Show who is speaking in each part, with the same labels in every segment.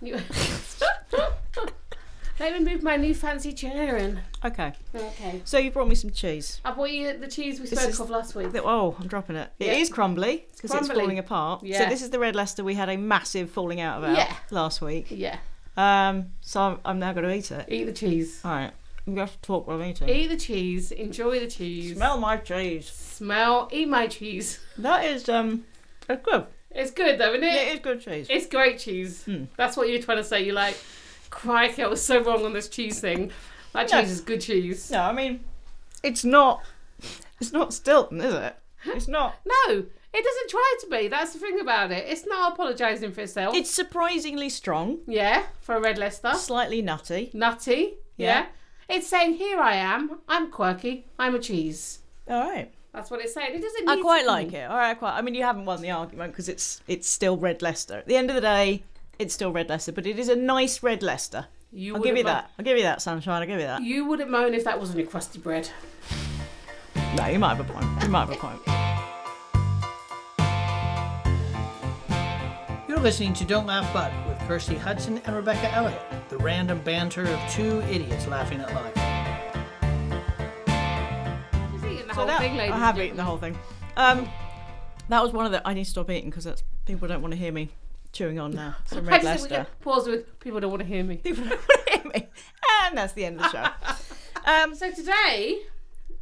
Speaker 1: You- Let me move my new fancy chair in.
Speaker 2: Okay.
Speaker 1: Okay.
Speaker 2: So you brought me some cheese.
Speaker 1: I bought you the cheese we
Speaker 2: This
Speaker 1: spoke
Speaker 2: is-
Speaker 1: of last week.
Speaker 2: Oh, I'm dropping it.
Speaker 1: Yeah.
Speaker 2: It is crumbly because it's
Speaker 1: crumbly.
Speaker 2: falling apart.
Speaker 1: Yeah.
Speaker 2: So this is the red Leicester we had a massive falling out about
Speaker 1: Yeah.
Speaker 2: last week.
Speaker 1: Yeah.
Speaker 2: Um, so I'm, I'm now going to eat it.
Speaker 1: Eat the cheese.
Speaker 2: All right. I'm going to have to talk while I'm eating.
Speaker 1: Eat the cheese. Enjoy the cheese.
Speaker 2: Smell my cheese.
Speaker 1: Smell. Eat my cheese.
Speaker 2: That is um, it's good.
Speaker 1: It's good though, isn't it?
Speaker 2: It is good cheese.
Speaker 1: It's great cheese.
Speaker 2: Mm.
Speaker 1: That's what you're trying to say. You're like, crikey, I was so wrong on this cheese thing. That
Speaker 2: No.
Speaker 1: cheese is good cheese.
Speaker 2: No, I mean, it's not. It's not Stilton, is it? It's not.
Speaker 1: No, it doesn't try to be. That's the thing about it. It's not apologising for itself.
Speaker 2: It's surprisingly strong,
Speaker 1: yeah, for a red Leicester.
Speaker 2: slightly nutty.
Speaker 1: Nutty. Yeah.
Speaker 2: Yeah.
Speaker 1: It's saying, here I am. I'm quirky. I'm a cheese.
Speaker 2: All right.
Speaker 1: That's what it's saying. It doesn't.
Speaker 2: I
Speaker 1: need
Speaker 2: quite
Speaker 1: to
Speaker 2: like
Speaker 1: be.
Speaker 2: it. All right, I quite. I mean, you haven't won the argument because it's it's still Red Leicester. At the end of the day, it's still Red Leicester, but it is a nice Red Leicester.
Speaker 1: You
Speaker 2: I'll
Speaker 1: wouldn't
Speaker 2: give you
Speaker 1: mo-
Speaker 2: that. I'll give you that, sunshine. I'll give you that.
Speaker 1: You wouldn't moan if that wasn't a crusty bread.
Speaker 2: No, you might have a point. You might have a point.
Speaker 3: You're listening to Don't Laugh But with Kirsty Hudson and Rebecca Elliott, the random banter of two idiots laughing at life.
Speaker 1: She's eating the
Speaker 2: So
Speaker 1: whole
Speaker 2: that,
Speaker 1: thing, ladies
Speaker 2: I
Speaker 1: and
Speaker 2: have eaten the
Speaker 1: gentlemen.
Speaker 2: whole thing. Um, that was one of the. I need to stop eating because that's people don't want to hear me chewing on now. Some
Speaker 1: I just think
Speaker 2: Red
Speaker 1: we
Speaker 2: Leicester.
Speaker 1: could pause with people don't want to hear me.
Speaker 2: People don't want to hear me, and that's the end of the show. Um,
Speaker 1: So today,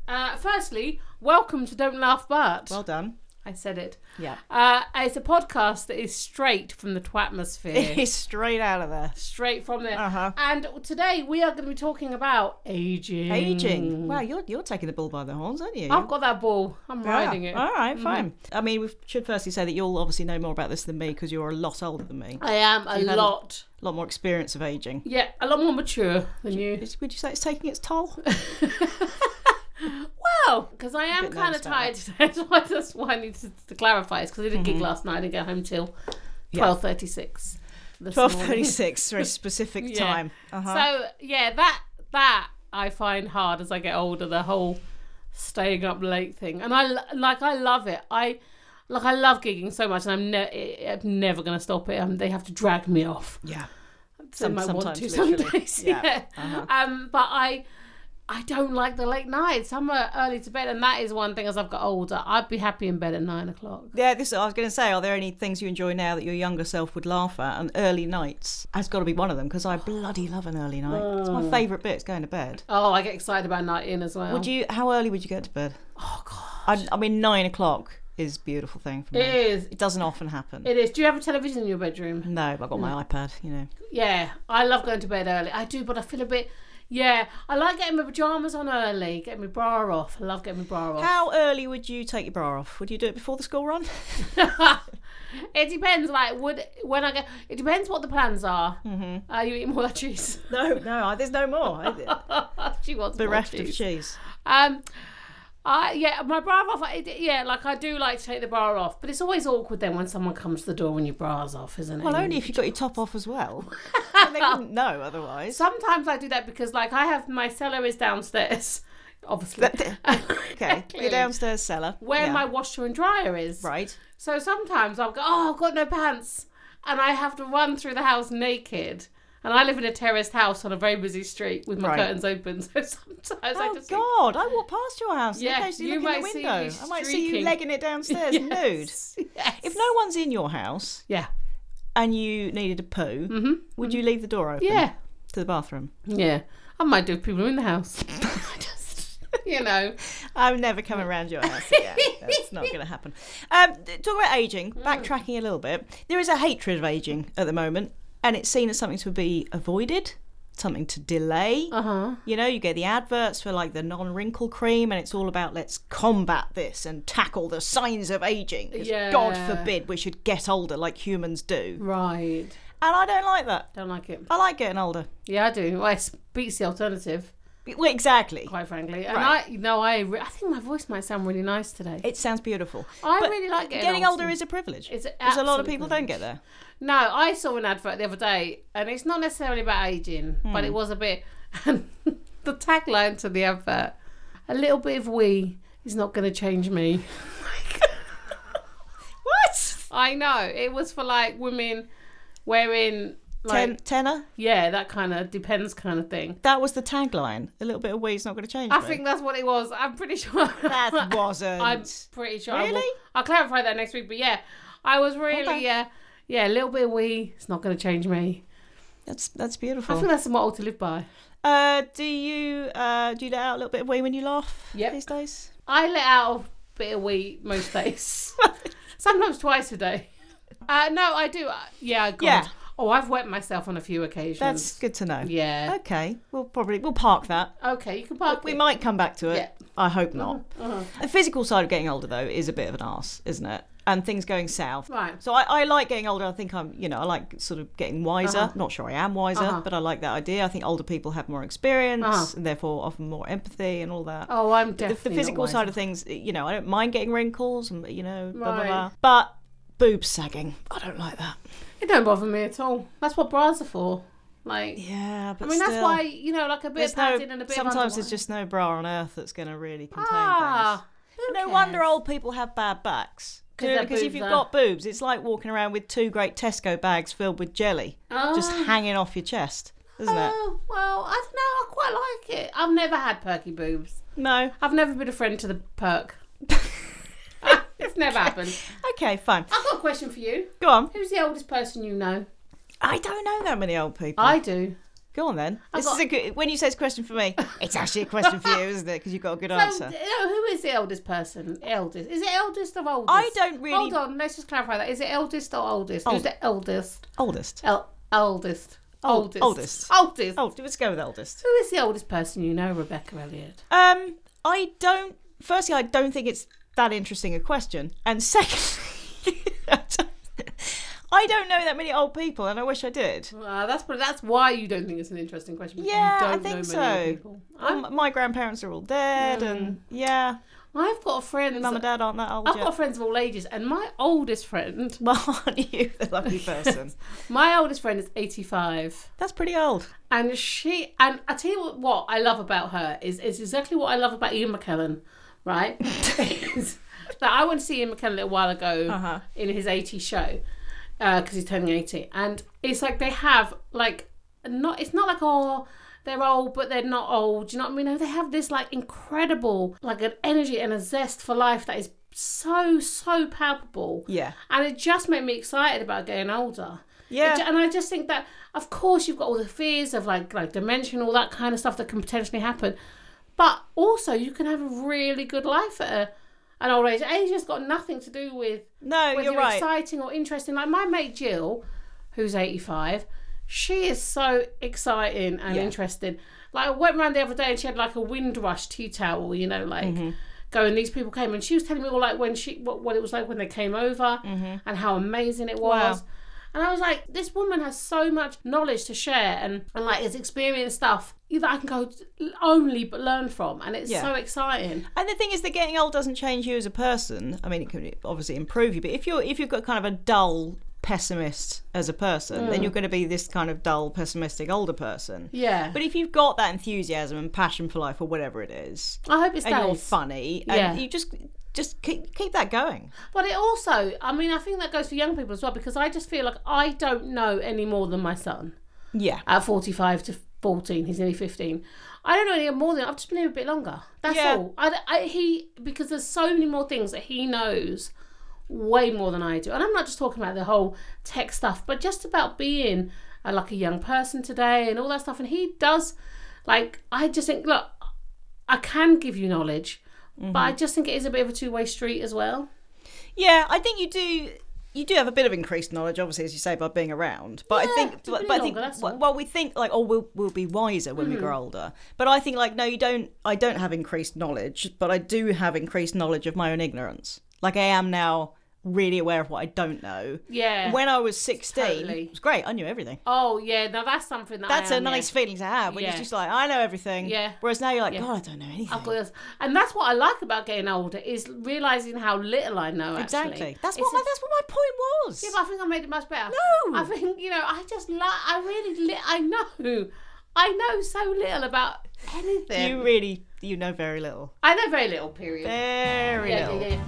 Speaker 1: uh, firstly, welcome to Don't Laugh But.
Speaker 2: well done.
Speaker 1: I said it.
Speaker 2: Yeah.
Speaker 1: Uh, it's a podcast that is straight from the twatmosphere.
Speaker 2: He's straight out of there.
Speaker 1: straight from there.
Speaker 2: Uh-huh.
Speaker 1: And today we are going to be talking about aging. Mm.
Speaker 2: Aging. Wow, you're you're taking the bull by the horns, aren't you?
Speaker 1: I've got that ball. I'm
Speaker 2: Yeah.
Speaker 1: riding it. Mm-hmm.
Speaker 2: All right, fine. I mean, we should firstly say that you'll obviously know more about this than me because you're a lot older than me, a
Speaker 1: I am a
Speaker 2: You've had a-
Speaker 1: lot.
Speaker 2: lot more experience of aging.
Speaker 1: Yeah, a lot more mature than you.
Speaker 2: Is- Would you say it's taking its toll?
Speaker 1: Well, because I am
Speaker 2: bit
Speaker 1: kind of
Speaker 2: nervous
Speaker 1: tired today.
Speaker 2: about
Speaker 1: That's why, that's why I needed to, to clarify. It's because I did a gig last night and go home till
Speaker 2: Mm-hmm. Yeah.
Speaker 1: twelve thirty six.
Speaker 2: Twelve thirty-six, very specific
Speaker 1: Yeah.
Speaker 2: time. Uh-huh.
Speaker 1: So yeah, that that I find hard as I get older. The whole staying up late thing, and I l- like I love it. I like I love gigging so much, and I'm, ne- I'm never gonna stop it. Um, they have to drag me off.
Speaker 2: yeah.
Speaker 1: Some, I want
Speaker 2: sometimes
Speaker 1: to some
Speaker 2: literally.
Speaker 1: days. Yeah.
Speaker 2: Yeah. Uh-huh.
Speaker 1: Um, but I. I don't like the late nights. I'm uh, early to bed, and that is one thing. As I've got older, I'd be happy in bed at nine o'clock.
Speaker 2: Yeah, this I was going to say. Are there any things you enjoy now that your younger self would laugh at? And early nights has got to be one of them because I bloody love an early night. It's my
Speaker 1: Ah.
Speaker 2: favourite bit. It's going to bed.
Speaker 1: Oh, I get excited about night in as well.
Speaker 2: Would you? How early would you get to bed? Oh God! I, I mean, nine o'clock is a beautiful thing for me.
Speaker 1: It is.
Speaker 2: It doesn't often happen.
Speaker 1: It is. Do you have a television in your bedroom?
Speaker 2: no, but I've got my iPad. You know.
Speaker 1: Yeah, I love going to bed early. I do, but I feel a bit. Yeah, I like getting my pajamas on early, getting my bra off. I love getting my bra off.
Speaker 2: How early would you take your bra off? Would you do it before the school run?
Speaker 1: it depends. Like, would when I go, it depends what the plans are. Mm-hmm. Are you eating more of that cheese?
Speaker 2: no, no, I- there's no more. I- Oh,
Speaker 1: she wants
Speaker 2: Bereft
Speaker 1: more
Speaker 2: of
Speaker 1: cheese.
Speaker 2: cheese.
Speaker 1: Um, I yeah, my bra off. I, yeah, like I do like to take the bra off, but it's always awkward then when someone comes to the door when your bra's off, isn't it?
Speaker 2: Well,
Speaker 1: And
Speaker 2: only if you got your top off as well. And they wouldn't know otherwise.
Speaker 1: Sometimes I do that because, like, I have my cellar is downstairs, obviously.
Speaker 2: Okay,
Speaker 1: Clearly.
Speaker 2: your downstairs cellar.
Speaker 1: Where
Speaker 2: Yeah.
Speaker 1: my washer and dryer is.
Speaker 2: right?
Speaker 1: So sometimes I'll go, oh, I've got no pants. And I have to run through the house naked. And I live in a terraced house on a very busy street with my
Speaker 2: Right.
Speaker 1: curtains open. So sometimes I
Speaker 2: Oh
Speaker 1: just. think,
Speaker 2: God! I walk past your house.
Speaker 1: Yeah,
Speaker 2: Yeah, occasionally
Speaker 1: you
Speaker 2: look in
Speaker 1: might
Speaker 2: the
Speaker 1: see me
Speaker 2: window. I might see you
Speaker 1: streaking.
Speaker 2: legging it downstairs nude.
Speaker 1: yes, yes.
Speaker 2: If no one's in your house
Speaker 1: Yeah.
Speaker 2: and you needed a poo, would you leave the door open?
Speaker 1: Mm-hmm. Yeah.
Speaker 2: To the bathroom.
Speaker 1: Yeah. I might do if people are in the house. I just. You know.
Speaker 2: I'm never coming around your house again. That's not going to happen. Um, th- talk about aging.
Speaker 1: Mm.
Speaker 2: Backtracking a little bit, there is a hatred of aging at the moment, and it's seen as something to be avoided, something to delay.
Speaker 1: Uh huh.
Speaker 2: You know, you get the adverts for like the non-wrinkle cream, and it's all about let's combat this and tackle the signs of aging. 'cause
Speaker 1: Yeah.
Speaker 2: God forbid we should get older like humans do,
Speaker 1: Right.
Speaker 2: and I don't like that.
Speaker 1: Don't like it.
Speaker 2: I like getting older.
Speaker 1: Yeah, I do. Well, it beats the alternative,
Speaker 2: Well, exactly.
Speaker 1: quite frankly. And
Speaker 2: Right.
Speaker 1: I, you know, I, re- I think my voice might sound really nice today.
Speaker 2: It sounds beautiful.
Speaker 1: I
Speaker 2: But
Speaker 1: really like getting,
Speaker 2: Getting older is a privilege.
Speaker 1: It's an
Speaker 2: Because a lot of
Speaker 1: absolute
Speaker 2: people
Speaker 1: privilege.
Speaker 2: don't get there.
Speaker 1: No, I saw an advert the other day, and it's not necessarily about aging, but
Speaker 2: Hmm.
Speaker 1: it was a bit. And the tagline to the advert: "A little bit of we is not going to change me."
Speaker 2: What?
Speaker 1: I know it was for like women wearing Like,
Speaker 2: Ten, tenor.
Speaker 1: yeah, that kind of depends kind of thing.
Speaker 2: That was the tagline. A little bit of weed's not going to change.
Speaker 1: I
Speaker 2: me.
Speaker 1: think that's what it was. I'm pretty sure.
Speaker 2: that wasn't.
Speaker 1: I'm pretty sure. I will,
Speaker 2: Really?
Speaker 1: I'll clarify that next week. But yeah, I was really
Speaker 2: Okay.
Speaker 1: yeah, yeah, a little bit of wee. It's not going to change me.
Speaker 2: That's that's
Speaker 1: I
Speaker 2: beautiful.
Speaker 1: think that's a model to live by.
Speaker 2: Uh, do you uh, do you let out a little bit of wee when you laugh
Speaker 1: Yep.
Speaker 2: these days?
Speaker 1: I let out a bit of wee most days, sometimes twice a day. Uh, no, I do. Uh, yeah, God.
Speaker 2: Yeah.
Speaker 1: Oh, I've wet myself on a few occasions.
Speaker 2: That's good to know.
Speaker 1: yeah.
Speaker 2: Okay, we'll probably we'll park that.
Speaker 1: Okay, you can park.
Speaker 2: We
Speaker 1: it.
Speaker 2: might come back to it.
Speaker 1: Yeah. Uh-huh.
Speaker 2: I hope not. The physical side of getting older though is a bit of an arse, isn't it? And things going south.
Speaker 1: Right.
Speaker 2: So I, I like getting older. I think I'm, you know, I like sort of getting wiser. Not sure I am wiser,
Speaker 1: Uh-huh.
Speaker 2: but I like that idea. I think older people have more experience
Speaker 1: Uh-huh.
Speaker 2: and therefore often more empathy and all that.
Speaker 1: Oh, I'm
Speaker 2: the,
Speaker 1: definitely
Speaker 2: the physical
Speaker 1: not wise.
Speaker 2: side of things, you know, I don't mind getting wrinkles and you know, blah blah
Speaker 1: Right.
Speaker 2: blah. But boobs sagging, I don't like that.
Speaker 1: It don't bother me at all. That's what bras are for. Like,
Speaker 2: Yeah, but
Speaker 1: I mean, that's
Speaker 2: still.
Speaker 1: why you know, like a bit
Speaker 2: There's
Speaker 1: of
Speaker 2: no-
Speaker 1: padding and a bit.
Speaker 2: sometimes
Speaker 1: of
Speaker 2: there's just no bra on earth that's going to really contain
Speaker 1: ah.
Speaker 2: things.
Speaker 1: who
Speaker 2: No wonder
Speaker 1: cares?
Speaker 2: old people have bad backs.
Speaker 1: 'Cause their
Speaker 2: Because if
Speaker 1: boobs
Speaker 2: you've
Speaker 1: are-
Speaker 2: got boobs, it's like walking around with two great Tesco bags filled with jelly just
Speaker 1: Ah.
Speaker 2: hanging off your chest, isn't it?
Speaker 1: Oh, well, I don't know. I quite like it. I've never had perky boobs.
Speaker 2: No.
Speaker 1: I've never been a friend to the perk. Ah, it's never happened.
Speaker 2: Okay, fine.
Speaker 1: I've got a question for you.
Speaker 2: Go on.
Speaker 1: Who's the oldest person you know?
Speaker 2: I don't know that many old people.
Speaker 1: I do.
Speaker 2: Go on then.
Speaker 1: I've
Speaker 2: This is
Speaker 1: got-
Speaker 2: a good, when you say it's a question for me, it's actually a question for you, isn't it? Because you've got a good
Speaker 1: So,
Speaker 2: answer.
Speaker 1: no, who is the eldest person? Eldest. Is it eldest or oldest?
Speaker 2: I don't really-
Speaker 1: Hold on, let's just clarify that. Is it eldest or oldest? Who's
Speaker 2: Old-
Speaker 1: the eldest?
Speaker 2: Oldest.
Speaker 1: El- eldest.
Speaker 2: Ol-
Speaker 1: Oldest.
Speaker 2: oldest.
Speaker 1: Oldest.
Speaker 2: Old. Let's go with oldest.
Speaker 1: Who is the oldest person you know, Rebecca Elliott?
Speaker 2: Um, I don't. Firstly, I don't think it's that interesting a question, and secondly, I don't- I don't know that many old people, and I wish I did.
Speaker 1: Uh, that's pro- that's why you don't think it's an interesting question. because
Speaker 2: Yeah,
Speaker 1: you
Speaker 2: I
Speaker 1: don't
Speaker 2: think
Speaker 1: know many
Speaker 2: so.
Speaker 1: People.
Speaker 2: All
Speaker 1: I'm, Mm.
Speaker 2: m- my grandparents are all dead, and yeah,
Speaker 1: I've got friends.
Speaker 2: mum and dad aren't that old
Speaker 1: I've
Speaker 2: yet.
Speaker 1: got friends of all ages, and my oldest friend,
Speaker 2: well, aren't you the lucky person?
Speaker 1: my oldest friend is eighty-five.
Speaker 2: That's pretty old.
Speaker 1: And she and I tell you what, what I love about her is is exactly what I love about Ian McKellen, right? Is that I went to see Ian McKellen a little while ago
Speaker 2: Uh-huh.
Speaker 1: in his 80 show because he's turning 80, and it's like they have like not it's not like oh they're old but they're not old. Do you know what I mean? No, they have this like incredible like an energy and a zest for life that is so so palpable.
Speaker 2: Yeah.
Speaker 1: and it just made me excited about getting older.
Speaker 2: Yeah.
Speaker 1: It ju- and I just think that, of course, you've got all the fears of like like dementia and all that kind of stuff that can potentially happen, but also you can have a really good life at a, an old age. Age has got nothing to do with
Speaker 2: No,
Speaker 1: whether
Speaker 2: you're
Speaker 1: you're
Speaker 2: right.
Speaker 1: exciting or interesting. Like my mate Jill, who's eighty five, she is so exciting and
Speaker 2: Yeah.
Speaker 1: interesting. Like I went round the other day and she had like a windrush tea towel, you know, like.
Speaker 2: Mm-hmm.
Speaker 1: Going, these people came, and she was telling me all like when she what, what it was like when they came over, and how amazing it was.
Speaker 2: Mm-hmm. Wow.
Speaker 1: And I was like, this woman has so much knowledge to share and, and like has experienced stuff that I can go only but learn from. And it's
Speaker 2: Yeah.
Speaker 1: so exciting.
Speaker 2: And the thing is that getting old doesn't change you as a person. I mean, it can obviously improve you, but if you're if you've got kind of a dull pessimist as a person,
Speaker 1: Mm.
Speaker 2: then you're going to be this kind of dull pessimistic older person.
Speaker 1: Yeah.
Speaker 2: But if you've got that enthusiasm and passion for life or whatever it is,
Speaker 1: I hope it's
Speaker 2: and you're
Speaker 1: stays.
Speaker 2: funny,
Speaker 1: Yeah.
Speaker 2: and you just just keep keep that going.
Speaker 1: But it also, I mean, I think that goes for young people as well because I just feel like I don't know any more than my son
Speaker 2: Yeah.
Speaker 1: at 45 to 14. He's nearly 15. I don't know any more than I've just been here a bit longer. That's
Speaker 2: Yeah.
Speaker 1: all. I, I- he because there's so many more things that he knows way more than I do, and I'm not just talking about the whole tech stuff, but just about being a, like a young person today and all that stuff. And he does like I just think look, I can give you knowledge, but I just think it is a bit of a two way street as well.
Speaker 2: Yeah, I think you do. You do have a bit of increased knowledge, obviously, as you say, by being around. But I
Speaker 1: Yeah,
Speaker 2: think,
Speaker 1: it's a
Speaker 2: but,
Speaker 1: bit
Speaker 2: but I think,
Speaker 1: longer, that's all. Hmm.
Speaker 2: well, we think like, oh, we'll we'll be wiser when we grow older. But I think like, no, you don't. I don't have increased knowledge, but I do have increased knowledge of my own ignorance. Like I am now really aware of what I don't know.
Speaker 1: Yeah.
Speaker 2: When I was sixteen,
Speaker 1: Totally.
Speaker 2: it was great. I knew everything.
Speaker 1: Oh yeah, now that's something that
Speaker 2: That's
Speaker 1: I
Speaker 2: a
Speaker 1: am, yeah.
Speaker 2: nice feeling to have when
Speaker 1: Yeah.
Speaker 2: you're just like, I know everything.
Speaker 1: Yeah.
Speaker 2: Whereas now you're like,
Speaker 1: Yeah.
Speaker 2: God, I don't know anything.
Speaker 1: I've got this. And that's what I like about getting older is realizing how little I know. Actually.
Speaker 2: exactly. That's
Speaker 1: It's
Speaker 2: what my,
Speaker 1: a-
Speaker 2: that's what my point was.
Speaker 1: yeah, but I think I made it much better.
Speaker 2: No!
Speaker 1: I think you know. I just like. I really. Li- I know. I know so little about anything.
Speaker 2: you really, you know very little.
Speaker 1: I know very little. Period.
Speaker 2: Very
Speaker 1: yeah,
Speaker 2: little.
Speaker 1: yeah, yeah.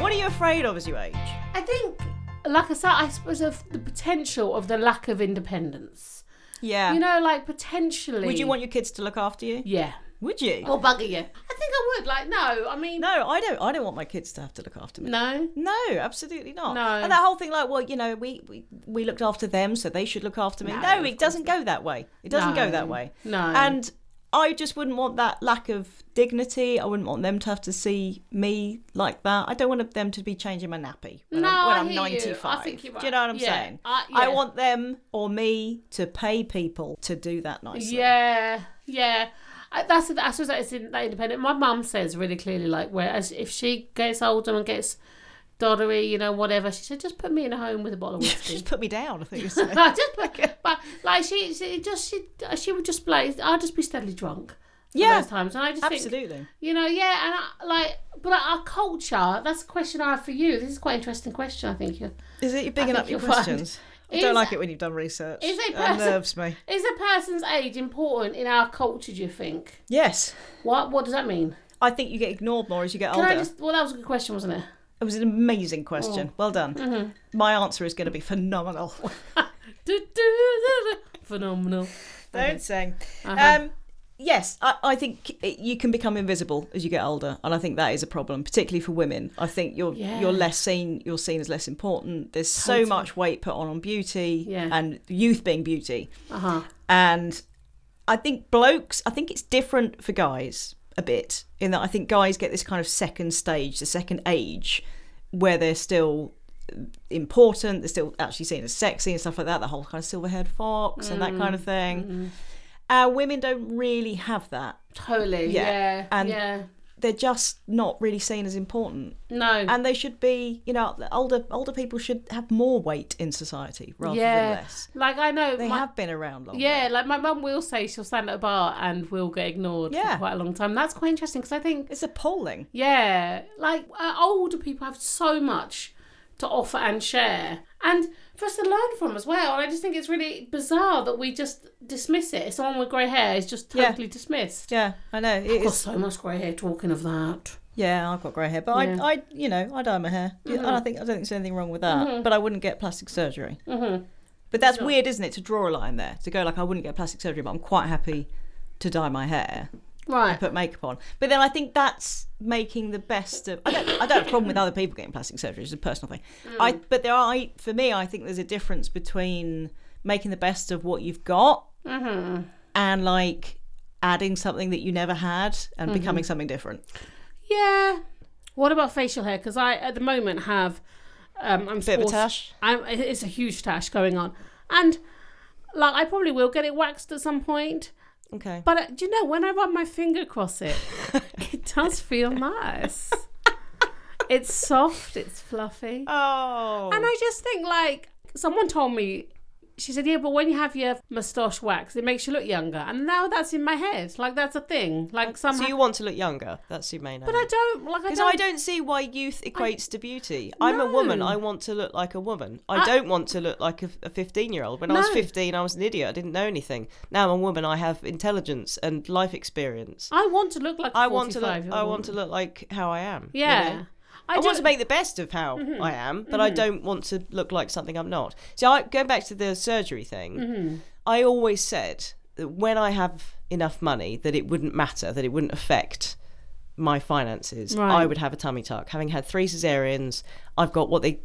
Speaker 2: What are you afraid of as you age?
Speaker 1: I think like I said, I suppose of the potential of the lack of independence.
Speaker 2: Yeah.
Speaker 1: You know, like potentially.
Speaker 2: Would you want your kids to look after you?
Speaker 1: Yeah. Oh.
Speaker 2: Would you?
Speaker 1: Or bugger you? I think I would. Like, no. I mean,
Speaker 2: No, I don't. I don't want my kids to have to look after me.
Speaker 1: no.
Speaker 2: No, absolutely not.
Speaker 1: No.
Speaker 2: And that whole thing, like, well, you know, we, we, we looked after them, so they should look after me.
Speaker 1: No,
Speaker 2: No,
Speaker 1: of
Speaker 2: it doesn't go that way. It doesn't
Speaker 1: No.
Speaker 2: go that way.
Speaker 1: No.
Speaker 2: And I just wouldn't want that lack of dignity. I wouldn't want them to have to see me like that. I don't want them to be changing my nappy when
Speaker 1: No,
Speaker 2: I'm, when
Speaker 1: I
Speaker 2: I'm
Speaker 1: hear you. I
Speaker 2: 95.
Speaker 1: think you're
Speaker 2: Do you know what
Speaker 1: right.
Speaker 2: I'm
Speaker 1: Yeah.
Speaker 2: saying?
Speaker 1: I-
Speaker 2: I
Speaker 1: yeah.
Speaker 2: want them or me to pay people to do that nicely.
Speaker 1: Yeah, yeah. I, that's I suppose that it's in, that independent. My mum says really clearly, like, where as if she gets older and gets doddery, you know, whatever, she said, just put me in a home with a bottle of whiskey.
Speaker 2: Just put me down, I think you said.
Speaker 1: I just put, but like she, she just she she would just be like I'll just be steadily drunk. for
Speaker 2: Yeah.
Speaker 1: those times, and I just think
Speaker 2: Absolutely.
Speaker 1: you know, yeah, and I, like, but our culture. That's a question I have for you. This is quite an interesting question. I think you're.
Speaker 2: Is it you're bigging
Speaker 1: think
Speaker 2: up your
Speaker 1: you'll find-
Speaker 2: questions? I
Speaker 1: Is-
Speaker 2: don't like it when you've done research.
Speaker 1: is a
Speaker 2: it
Speaker 1: person-
Speaker 2: nerves me.
Speaker 1: Is a person's age important in our culture? Do you think?
Speaker 2: Yes.
Speaker 1: What What does that mean?
Speaker 2: I think you get ignored more as you get
Speaker 1: Can
Speaker 2: older.
Speaker 1: I just? Oh. Well, that was a good question, wasn't it?
Speaker 2: It was an amazing question. Well done.
Speaker 1: Mm-hmm.
Speaker 2: My answer is going to be phenomenal.
Speaker 1: Du- du- du- du. Phenomenal.
Speaker 2: Don't sing.
Speaker 1: Uh-huh.
Speaker 2: Um, yes, I, I think it- you can become invisible as you get older, and I think that is a problem, particularly for women. I think you're
Speaker 1: Yeah.
Speaker 2: you're less seen. You're seen as less important. There's so
Speaker 1: Totally.
Speaker 2: much weight put on on beauty
Speaker 1: Yeah.
Speaker 2: and youth being beauty,
Speaker 1: Uh huh.
Speaker 2: and I think blokes. I think it's different for guys a bit in that I think guys get this kind of second stage, the second age, where they're still important. They're still actually seen as sexy and stuff like that. The whole kind of silver haired fox and that
Speaker 1: Mm,
Speaker 2: kind of
Speaker 1: mm-hmm.
Speaker 2: thing. Uh, women don't really have that.
Speaker 1: Totally.
Speaker 2: Yeah,
Speaker 1: Yeah. Yeah.
Speaker 2: and- They're just not really seen as important,
Speaker 1: No.
Speaker 2: and they should be. You know, older older people should have more weight in society rather
Speaker 1: yeah.
Speaker 2: than less.
Speaker 1: Like I know.
Speaker 2: They
Speaker 1: my-
Speaker 2: have been around longer.
Speaker 1: Yeah, like my mum will say she'll stand at a bar and will get ignored
Speaker 2: Yeah.
Speaker 1: for quite a long time. That's quite interesting because I think,
Speaker 2: it's appalling.
Speaker 1: yeah, like uh, older people have so much to offer and share and for us to learn from as well. And I just think it's really bizarre that we just dismiss it. Someone with grey hair is just
Speaker 2: Yeah.
Speaker 1: totally dismissed.
Speaker 2: Yeah, I know. It
Speaker 1: I've got
Speaker 2: is
Speaker 1: so much grey hair talking of that.
Speaker 2: Yeah, I've got grey hair, but
Speaker 1: Yeah.
Speaker 2: I, I, you know, I dye my hair, Yeah, and I think I don't think there's anything wrong with that. But I wouldn't get plastic surgery.
Speaker 1: Mhm.
Speaker 2: But that's weird, isn't it, to draw a line there? To go like, I wouldn't get plastic surgery, but I'm quite happy to dye my hair,
Speaker 1: Right.
Speaker 2: put makeup on. But then I think that's making the best of. I don't, I don't have a problem with other people getting plastic surgery. It's a personal thing. I, but there are, I- for me, I think there's a difference between making the best of what you've got and like adding something that you never had and becoming something different.
Speaker 1: Yeah. What about facial hair? Because I, at the moment, have um, I'm
Speaker 2: Bit of a
Speaker 1: also-
Speaker 2: tash.
Speaker 1: I'm, it's a huge tash going on, and like I probably will get it waxed at some point.
Speaker 2: Okay.
Speaker 1: But uh, do you know when I run my finger across it, it does feel nice. it's soft. It's fluffy.
Speaker 2: Oh.
Speaker 1: And I just think like someone told me she said, Yeah, but when you have your moustache waxed, it makes you look younger. And now that's in my head. Like that's a thing. Like somehow
Speaker 4: So you want to look younger? That's your main.
Speaker 1: but I don't like I
Speaker 4: because
Speaker 1: don't,
Speaker 4: I don't see why youth equates to beauty. I'm a woman. I want to look like a woman. I,
Speaker 1: I-
Speaker 4: don't want to look like a, a 15 year old. When I was
Speaker 1: No.
Speaker 4: 15, I was an idiot. I didn't know anything. Now I'm a woman. I have intelligence and life experience.
Speaker 1: I want to look like a
Speaker 4: I want to look.
Speaker 1: 45-year-old
Speaker 4: I want to
Speaker 1: woman.
Speaker 4: look like how I am. you
Speaker 1: Yeah.
Speaker 4: know? I,
Speaker 1: I,
Speaker 4: want
Speaker 1: do- Mm-hmm.
Speaker 4: to make the best of how I am, but I don't want to look like something I'm not. So I, going back to the surgery thing,
Speaker 1: Mm-hmm.
Speaker 4: I always said that when I have enough money, that it wouldn't matter, that it wouldn't affect my finances.
Speaker 1: Right.
Speaker 4: I would have a tummy tuck. Having had three cesareans, I've got what they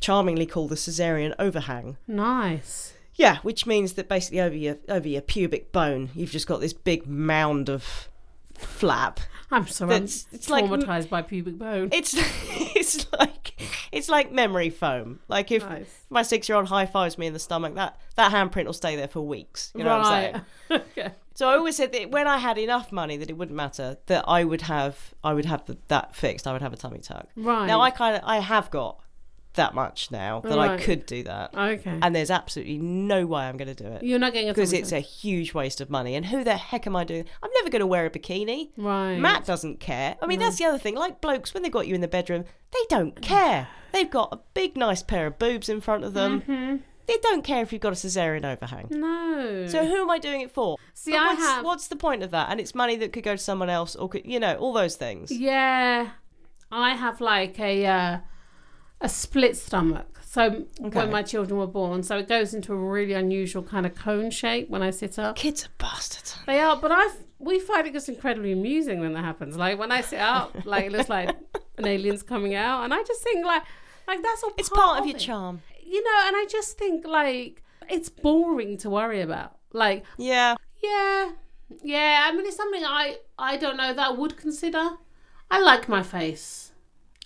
Speaker 4: charmingly call the cesarean overhang.
Speaker 1: nice.
Speaker 4: Yeah, which means that basically over your over your pubic bone, you've just got this big mound of flap
Speaker 1: I'm sorry. I'm
Speaker 4: That's- it's like-
Speaker 1: traumatized by pubic bone.
Speaker 4: it's it's like it's like memory foam. Like if
Speaker 1: Nice.
Speaker 4: my six year old high fives me in the stomach, that that handprint will stay there for weeks. You know what I'm saying?
Speaker 1: okay.
Speaker 4: So I always said that when I had enough money, that it wouldn't matter. That I would have I would have the, that fixed. I would have a tummy tuck.
Speaker 1: Right.
Speaker 4: Now I kind of I have got that much now that I
Speaker 1: Right.
Speaker 4: could do that,
Speaker 1: Okay.
Speaker 4: and there's absolutely no way I'm going to do it.
Speaker 1: You're not getting a
Speaker 4: Because
Speaker 1: tummy
Speaker 4: it's
Speaker 1: tuck.
Speaker 4: a huge waste of money, and who the heck am I doing? I'm never going to wear a bikini.
Speaker 1: right.
Speaker 4: Matt doesn't care. I mean, that's the other thing. Like blokes, when they got you in the bedroom, they don't care. They've got a big, nice pair of boobs in front of them. They don't care if you've got a cesarean overhang.
Speaker 1: Mm-hmm. No.
Speaker 4: So who am I doing it for?
Speaker 1: See,
Speaker 4: But
Speaker 1: I
Speaker 4: what's,
Speaker 1: have-
Speaker 4: What's the point of that? And it's money that could go to someone else, or could, you know, all those things.
Speaker 1: Yeah, I have like a uh, a split stomach. So
Speaker 4: Okay.
Speaker 1: when my children were born, so it goes into a really unusual kind of cone shape when I sit up.
Speaker 4: Kids are bastards.
Speaker 1: They are, but I we find it just incredibly amusing when that happens. Like when I sit up, like it looks like an alien's coming out, and I just think like like that's all.
Speaker 4: It's part of your
Speaker 1: it.
Speaker 4: charm.
Speaker 1: you know. And I just think like it's boring to worry about. Like
Speaker 4: Yeah.
Speaker 1: yeah, yeah. I mean, it's something I I don't know that I would consider. I like my face.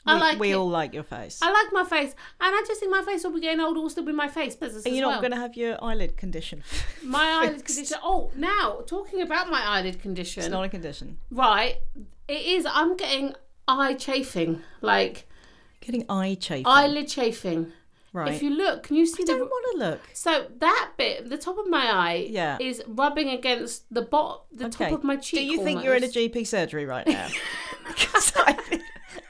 Speaker 1: I
Speaker 2: we,
Speaker 1: like
Speaker 2: we
Speaker 1: it.
Speaker 2: all like your face.
Speaker 1: I like my face, and I just think my face will be getting older. Will still be my face. Business
Speaker 2: Are
Speaker 1: as
Speaker 2: you
Speaker 1: well.
Speaker 2: not going to have your eyelid condition?
Speaker 1: my eyelid
Speaker 2: fixed?
Speaker 1: condition. Oh, now talking about my eyelid condition.
Speaker 2: It's not a condition.
Speaker 1: Right. It is. I'm getting eye chafing, like
Speaker 2: Getting eye chafing.
Speaker 1: eyelid chafing.
Speaker 2: right.
Speaker 1: If you look, can you see
Speaker 2: don't
Speaker 1: the?
Speaker 2: want to look.
Speaker 1: So that bit, the top of my eye,
Speaker 2: Yeah.
Speaker 1: is rubbing against the bot, the
Speaker 2: Okay.
Speaker 1: top of my cheek.
Speaker 2: Do you think you're in a
Speaker 1: almost.
Speaker 2: GP surgery right now? because I,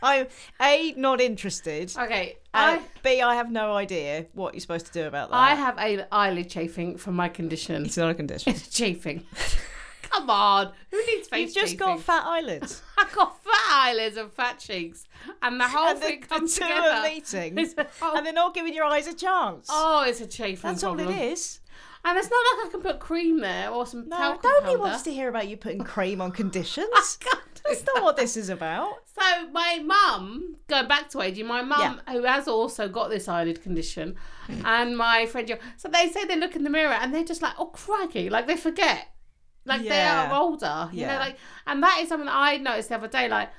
Speaker 2: I'm a not interested.
Speaker 1: Okay,
Speaker 2: and
Speaker 1: I
Speaker 2: B, I have no idea what you're supposed to do about that.
Speaker 1: I have a eyelid chafing from my condition.
Speaker 2: It's not a condition.
Speaker 1: chafing. Come on, who needs face
Speaker 2: You've just
Speaker 1: chafing?
Speaker 2: got fat eyelids.
Speaker 1: I got fat eyelids and fat cheeks, and the whole
Speaker 2: and the,
Speaker 1: thing
Speaker 2: the
Speaker 1: comes
Speaker 2: two
Speaker 1: together.
Speaker 2: are meeting,
Speaker 1: It's a whole-
Speaker 2: and they're not giving your eyes a chance.
Speaker 1: oh, it's a chafing
Speaker 2: That's all
Speaker 1: problem.
Speaker 2: it is.
Speaker 1: And it's not like I can put cream there or some
Speaker 2: No,
Speaker 1: talcum
Speaker 2: nobody
Speaker 1: powder.
Speaker 2: wants to hear about you putting cream on
Speaker 1: I
Speaker 2: conditions.
Speaker 1: can't do
Speaker 2: That's not what this is about.
Speaker 1: So my mum, going back to aging, my mum who has also got this eyelid condition, and my friend, Jo- so they say they look in the mirror and they're just like, oh craggy, like they forget, like
Speaker 2: Yeah.
Speaker 1: they are older, you
Speaker 2: Yeah.
Speaker 1: know, like, and that is something that I noticed the other day, like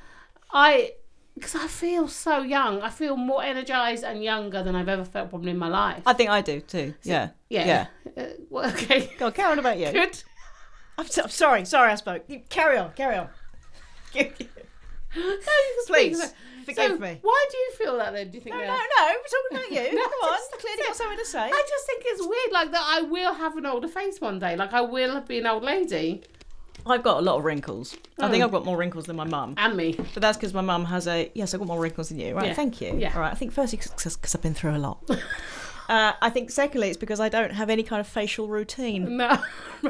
Speaker 1: I, because I feel so young, I feel more energized and younger than I've ever felt probably in my life.
Speaker 2: I think I do too. Yeah.
Speaker 1: yeah. Uh, well, okay.
Speaker 2: Go on, carry on about you.
Speaker 1: Good.
Speaker 2: I'm, so, I'm sorry, sorry I spoke. You- Carry on, carry on.
Speaker 1: No, you can speak.
Speaker 2: Please, forgive
Speaker 1: So
Speaker 2: me.
Speaker 1: Why do you feel that then? Do you think?
Speaker 2: No,
Speaker 1: they
Speaker 2: no,
Speaker 1: are?
Speaker 2: no, we're talking about you.
Speaker 1: No,
Speaker 2: Come on,
Speaker 1: just-
Speaker 2: clearly got something to say.
Speaker 1: I just think it's weird, like that. I will have an older face one day. Like I will be an old lady,
Speaker 2: I've got a lot of wrinkles. I think I've got more wrinkles than my mum.
Speaker 1: and me.
Speaker 2: But that's because my mum has a. Yes, I've got more wrinkles than you. Right,
Speaker 1: Yeah.
Speaker 2: thank you.
Speaker 1: Yeah.
Speaker 2: All right, I think firstly, because I've been through a lot. uh, I think secondly, it's because I don't have any kind of facial routine.
Speaker 1: No,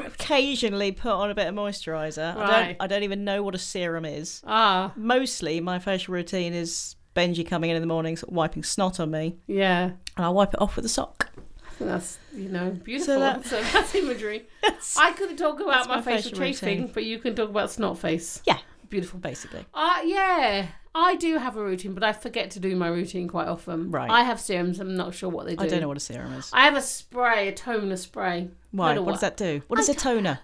Speaker 2: Occasionally put on a bit of moisturiser. I, don't,
Speaker 1: Right.
Speaker 2: I don't even know what a serum is.
Speaker 1: ah,
Speaker 2: Mostly, my facial routine is Benji coming in in the morning, sort of wiping snot on me,
Speaker 1: yeah.
Speaker 2: and I wipe it off with a sock.
Speaker 1: I think that's you know beautiful.
Speaker 2: So
Speaker 1: So,
Speaker 2: that-
Speaker 1: that's imagery.
Speaker 2: That's-
Speaker 1: I couldn't talk
Speaker 2: That's
Speaker 1: about
Speaker 2: my
Speaker 1: my facial
Speaker 2: facial
Speaker 1: chafing,
Speaker 2: routine.
Speaker 1: but you can talk about snot face.
Speaker 2: Yeah.
Speaker 1: beautiful.
Speaker 2: Basically.
Speaker 1: Uh, yeah. I do have a routine, but I forget to do my routine quite often.
Speaker 2: Right.
Speaker 1: I have serums. I'm not sure what they do.
Speaker 2: I don't know what a serum is.
Speaker 1: I have a spray, a toner spray.
Speaker 2: Why?
Speaker 1: Not a
Speaker 2: What does
Speaker 1: wa-
Speaker 2: that do? What is a toner?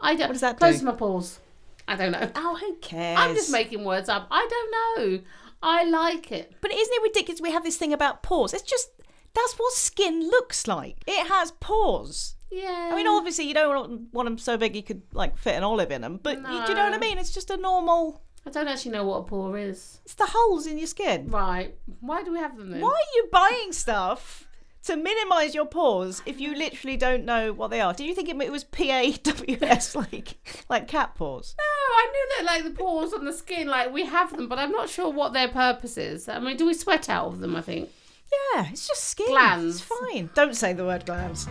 Speaker 1: I don't.
Speaker 2: what does that do?
Speaker 1: Close my pores. I don't know.
Speaker 2: Oh, who cares?
Speaker 1: I'm just making words up. I don't know. I like it.
Speaker 2: But isn't it ridiculous we have this thing about pores? It's just that's what skin looks like. It has pores.
Speaker 1: Yeah.
Speaker 2: I mean, obviously you don't want- want them so big you could like fit an olive in them, but you, do you know what I
Speaker 1: No.
Speaker 2: mean? It's just a normal.
Speaker 1: I don't actually know what a pore is.
Speaker 2: It's the holes in your skin.
Speaker 1: Right. Why do we have them then?
Speaker 2: Why are you buying stuff to minimise your pores if you literally don't know what they are? Did you think it, it was PAWS like like cat pores?
Speaker 1: No, I knew that like the pores on the skin, like we have them, but I'm not sure what their purpose is. I mean, do we sweat out of them? I think.
Speaker 2: Yeah, it's just skin.
Speaker 1: Glands.
Speaker 2: It's fine. Don't say the word glands.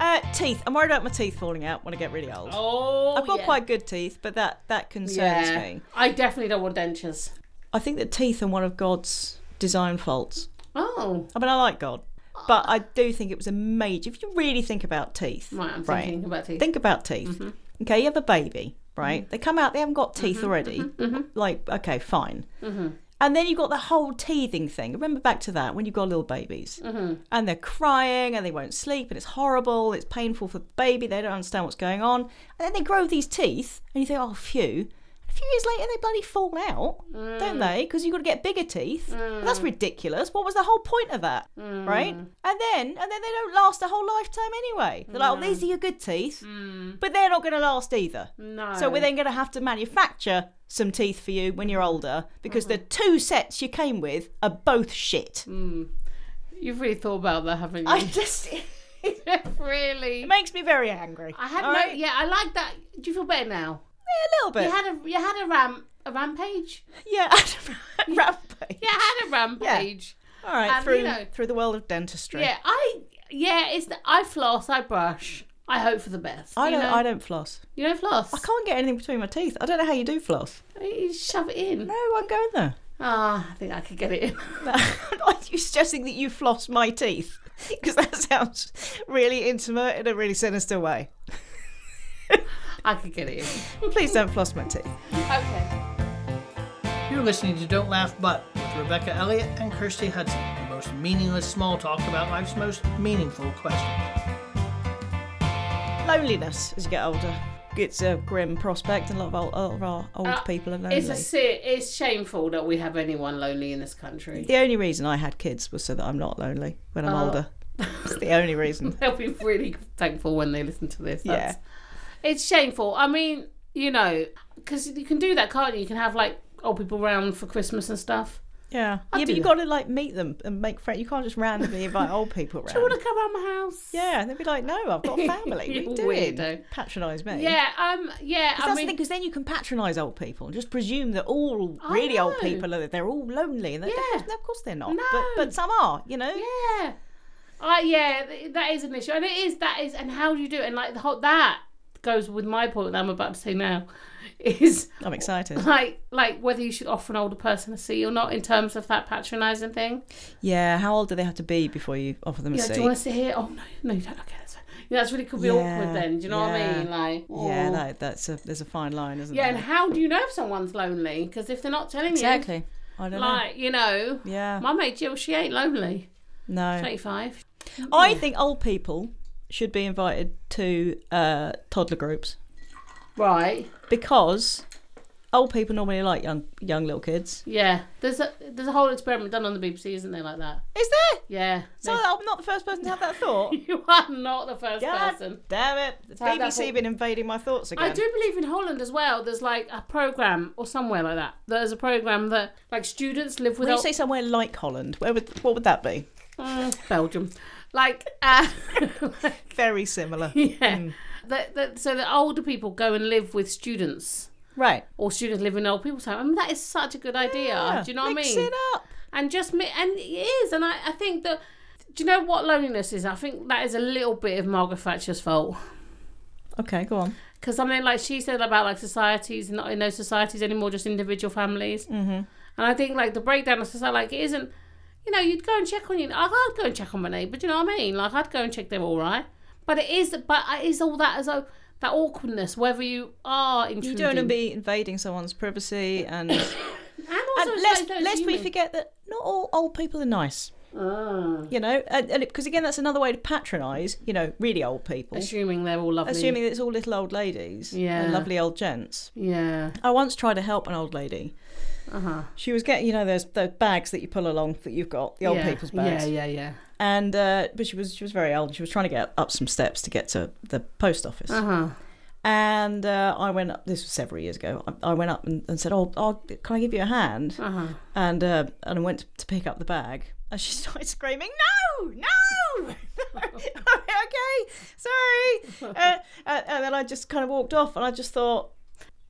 Speaker 2: uh, teeth. I'm worried about my teeth falling out when I get really old.
Speaker 1: Oh,
Speaker 2: I've got quite good teeth, but that that concerns me.
Speaker 1: I definitely don't want dentures.
Speaker 2: I think that teeth are one of God's design faults.
Speaker 1: Oh,
Speaker 2: I mean, I like God,
Speaker 1: Ah.
Speaker 2: but I do think it was a major. If you really think about teeth,
Speaker 1: right. I'm
Speaker 2: Right.
Speaker 1: thinking about teeth.
Speaker 2: Think about teeth. Okay, you have a baby, right? They come out, they haven't got teeth already. Like, okay, fine. And then you've got the whole teething thing. Remember back to that when you've got little babies and they're crying and they won't sleep and it's horrible, it's painful for the baby, they don't understand what's going on. And then they grow these teeth and you think, oh, phew. A few years later, they bloody fall out, don't they? Because you've got to get bigger teeth. That's ridiculous. What was the whole point of that, right? And then, and then they don't last a whole lifetime anyway. They're like, oh, these are your good teeth, but they're not going to last either.
Speaker 1: no.
Speaker 2: So we're then going to have to manufacture some teeth for you when you're older because the two sets you came with are both shit.
Speaker 1: You've really thought about that, haven't you?
Speaker 2: I just
Speaker 1: really.
Speaker 2: it makes me very angry.
Speaker 1: I had no.
Speaker 2: All right?
Speaker 1: Yeah, I like that. Do you feel better now?
Speaker 2: yeah, a little
Speaker 1: You
Speaker 2: bit.
Speaker 1: had a you had a ram a rampage.
Speaker 2: yeah, Um, rampage.
Speaker 1: Yeah, I had a rampage.
Speaker 2: All right,
Speaker 1: And,
Speaker 2: through
Speaker 1: you know-
Speaker 2: through the world of dentistry.
Speaker 1: Yeah, I yeah, it's the, I floss, I brush, I hope for the best.
Speaker 2: I
Speaker 1: you
Speaker 2: don't.
Speaker 1: know?
Speaker 2: I don't floss.
Speaker 1: You don't floss.
Speaker 2: I can't get anything between my teeth. I don't know how you do floss.
Speaker 1: You shove it in.
Speaker 2: No, I'm going there.
Speaker 1: Ah, I think I could get it. in.
Speaker 2: Are you suggesting that you floss my teeth? Because that sounds really intimate in a really sinister way.
Speaker 1: I could get it. in.
Speaker 2: Please don't floss my teeth.
Speaker 1: Okay.
Speaker 3: You're listening to Don't Laugh But with Rebecca Elliott and Kirsty Hudson, the most meaningless small talk about life's most meaningful questions.
Speaker 2: Loneliness as you get older. It's a grim prospect, and a lot of, old, a lot of our old
Speaker 1: Uh,
Speaker 2: people are lonely.
Speaker 1: It's a se- it's shameful that we have anyone lonely in this country.
Speaker 2: The only reason I had kids was so that I'm not lonely when I'm
Speaker 1: Oh.
Speaker 2: older. It's the only reason.
Speaker 1: They'll be really thankful when they listen to this.
Speaker 2: Yeah.
Speaker 1: That's, It's shameful. I mean, you know, because you can do that, can't you? You can have like old people round for Christmas and stuff.
Speaker 2: Yeah. yeah,
Speaker 1: do
Speaker 2: but you
Speaker 1: that.
Speaker 2: got to like meet them and make friends. You can't just randomly invite old people
Speaker 1: Do you
Speaker 2: round.
Speaker 1: want to come round my house?
Speaker 2: Yeah, and they'd be like, "No, I've got a family.
Speaker 1: You
Speaker 2: What are you doing?
Speaker 1: weirdo.
Speaker 2: Patronise me."
Speaker 1: Yeah. Um. Yeah.
Speaker 2: That's
Speaker 1: I
Speaker 2: the thing,
Speaker 1: mean.
Speaker 2: because then you can patronise old people and just presume that all
Speaker 1: I
Speaker 2: really old
Speaker 1: know.
Speaker 2: people are they're all lonely and that
Speaker 1: Yeah.
Speaker 2: of course they're not.
Speaker 1: No.
Speaker 2: But but some are, you know.
Speaker 1: Yeah. Uh, yeah, th- that is an issue, and it is that is, and how do you do it? And like the whole that goes with my point that I'm about to say now, is
Speaker 2: I'm excited.
Speaker 1: like like whether you should offer an older person a seat or not in terms of that patronising thing.
Speaker 2: Yeah, how old do they have to be before you offer them a
Speaker 1: Yeah,
Speaker 2: seat?
Speaker 1: do you want to sit here? Oh no, no, you don't. Okay, that's fine. Yeah, that's really could be
Speaker 2: Yeah,
Speaker 1: awkward then. Do you know what I
Speaker 2: yeah.
Speaker 1: mean? Like,
Speaker 2: Yeah,
Speaker 1: oh.
Speaker 2: that, that's a there's a fine line, isn't
Speaker 1: yeah.
Speaker 2: there?
Speaker 1: And how do you know if someone's lonely? Because if they're not telling
Speaker 2: exactly. I
Speaker 1: you,
Speaker 2: don't
Speaker 1: like you know,
Speaker 2: know. Yeah.
Speaker 1: my mate Jill, she ain't lonely.
Speaker 2: no.
Speaker 1: Twenty-five.
Speaker 2: I think old people should be invited to uh, toddler groups
Speaker 1: Right.
Speaker 2: because old people normally like young young little kids.
Speaker 1: Yeah. There's a there's a whole experiment done on the BBC, isn't there, like that?
Speaker 2: Is there?
Speaker 1: Yeah.
Speaker 2: So I'm not the first person to have that thought.
Speaker 1: They- you are not the first
Speaker 2: God
Speaker 1: person.
Speaker 2: damn it! The
Speaker 1: had that
Speaker 2: BBC
Speaker 1: thought.
Speaker 2: been invading my thoughts again.
Speaker 1: I do believe in Holland as well. There's like a program or somewhere like that. There's a program that like students live with
Speaker 2: When you say somewhere like Holland, where would what would that be?
Speaker 1: Mm, Belgium, like uh,
Speaker 2: Very similar.
Speaker 1: yeah. That, that, so the older people go and live with students,
Speaker 2: right.
Speaker 1: or students live in old people's home. I mean, that is such a good idea. do you know what I
Speaker 2: Mix
Speaker 1: mean?
Speaker 2: it up.
Speaker 1: And just me, and it is. And I, I think that. Do you know what loneliness is? I think that is a little bit of Margaret Thatcher's fault.
Speaker 2: Okay, go on.
Speaker 1: Because I mean, like she said about like societies, not in those societies anymore, just individual families. Mm-hmm. And I think like the breakdown of society, like it isn't, you know, you'd go and check on you. I'd I'd go and check on my neighbour. Do you know what I mean? Like I'd go and check they're all right. But it is, but it is all that as though that awkwardness, whether you are intruding.
Speaker 2: You don't want to be invading someone's privacy, and, and
Speaker 1: And also, it's
Speaker 2: lest,
Speaker 1: like those
Speaker 2: lest we
Speaker 1: humans-
Speaker 2: forget that not all old people are nice.
Speaker 1: Ah.
Speaker 2: You know, and because again, that's another way to patronise. You know, really old people,
Speaker 1: assuming they're all lovely.
Speaker 2: assuming that it's all little old ladies
Speaker 1: Yeah.
Speaker 2: and lovely old gents.
Speaker 1: Yeah.
Speaker 2: I once tried to help an old lady.
Speaker 1: Uh huh.
Speaker 2: She was getting, you know, those those bags that you pull along that you've got, the old
Speaker 1: yeah.
Speaker 2: people's bags.
Speaker 1: Yeah, yeah, yeah.
Speaker 2: and uh, but she was she was very old. and She was trying to get up some steps to get to the post office.
Speaker 1: Uh huh.
Speaker 2: And uh, I went up. This was several years ago. I, I went up and, and said, "Oh, oh, can I give you a hand?"
Speaker 1: Uh huh.
Speaker 2: And uh, and I went to, to pick up the bag, and she started screaming, "No, no!" okay, sorry. Uh, and, and then I just kind of walked off, and I just thought,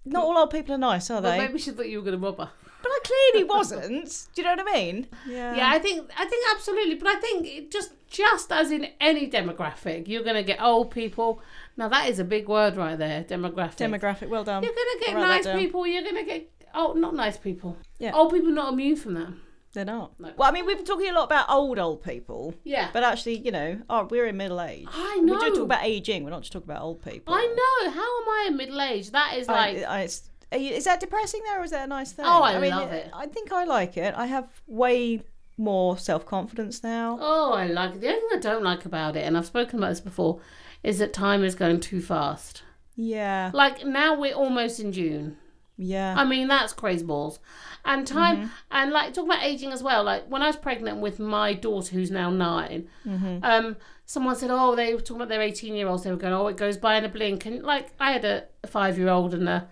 Speaker 2: not all old people are nice, are
Speaker 1: Well,
Speaker 2: they?
Speaker 1: maybe she thought you were going to rob her.
Speaker 2: But I clearly wasn't. Do you know what I mean?
Speaker 1: Yeah, I think I think absolutely, but I think it just just as in any demographic, you're gonna get old people. Now that is a big word right there, demographic.
Speaker 2: Demographic. Well done.
Speaker 1: you're gonna get
Speaker 2: I'll write
Speaker 1: nice
Speaker 2: that down.
Speaker 1: people. You're gonna get oh, not nice people.
Speaker 2: Yeah.
Speaker 1: old people not immune from that.
Speaker 2: They're not.
Speaker 1: No.
Speaker 2: Well, I mean, we've been talking a lot about old old people,
Speaker 1: Yeah,
Speaker 2: but actually, you know, oh, we're in middle age.
Speaker 1: I know.
Speaker 2: We do talk about aging. We're not just talking about old people.
Speaker 1: I know. How am I in middle age? That is
Speaker 2: I-
Speaker 1: like
Speaker 2: I- it's- are you- is that depressing though, or is that a nice thing?
Speaker 1: Oh, I love it.
Speaker 2: I think I like it. I have way more self confidence now.
Speaker 1: oh, I like the only thing I don't like about it, and I've spoken about this before, is that time is going too fast.
Speaker 2: Yeah,
Speaker 1: Like now we're almost in June.
Speaker 2: yeah.
Speaker 1: I mean, that's crazy balls. And time,
Speaker 2: Mm-hmm.
Speaker 1: and like, talk about aging as well. Like, when I was pregnant with my daughter, who's now 9
Speaker 2: Mm-hmm.
Speaker 1: um, someone said, Oh, they were talking about their 18 year olds. They were going, Oh, it goes by in a blink. And like, I had a five year old and a.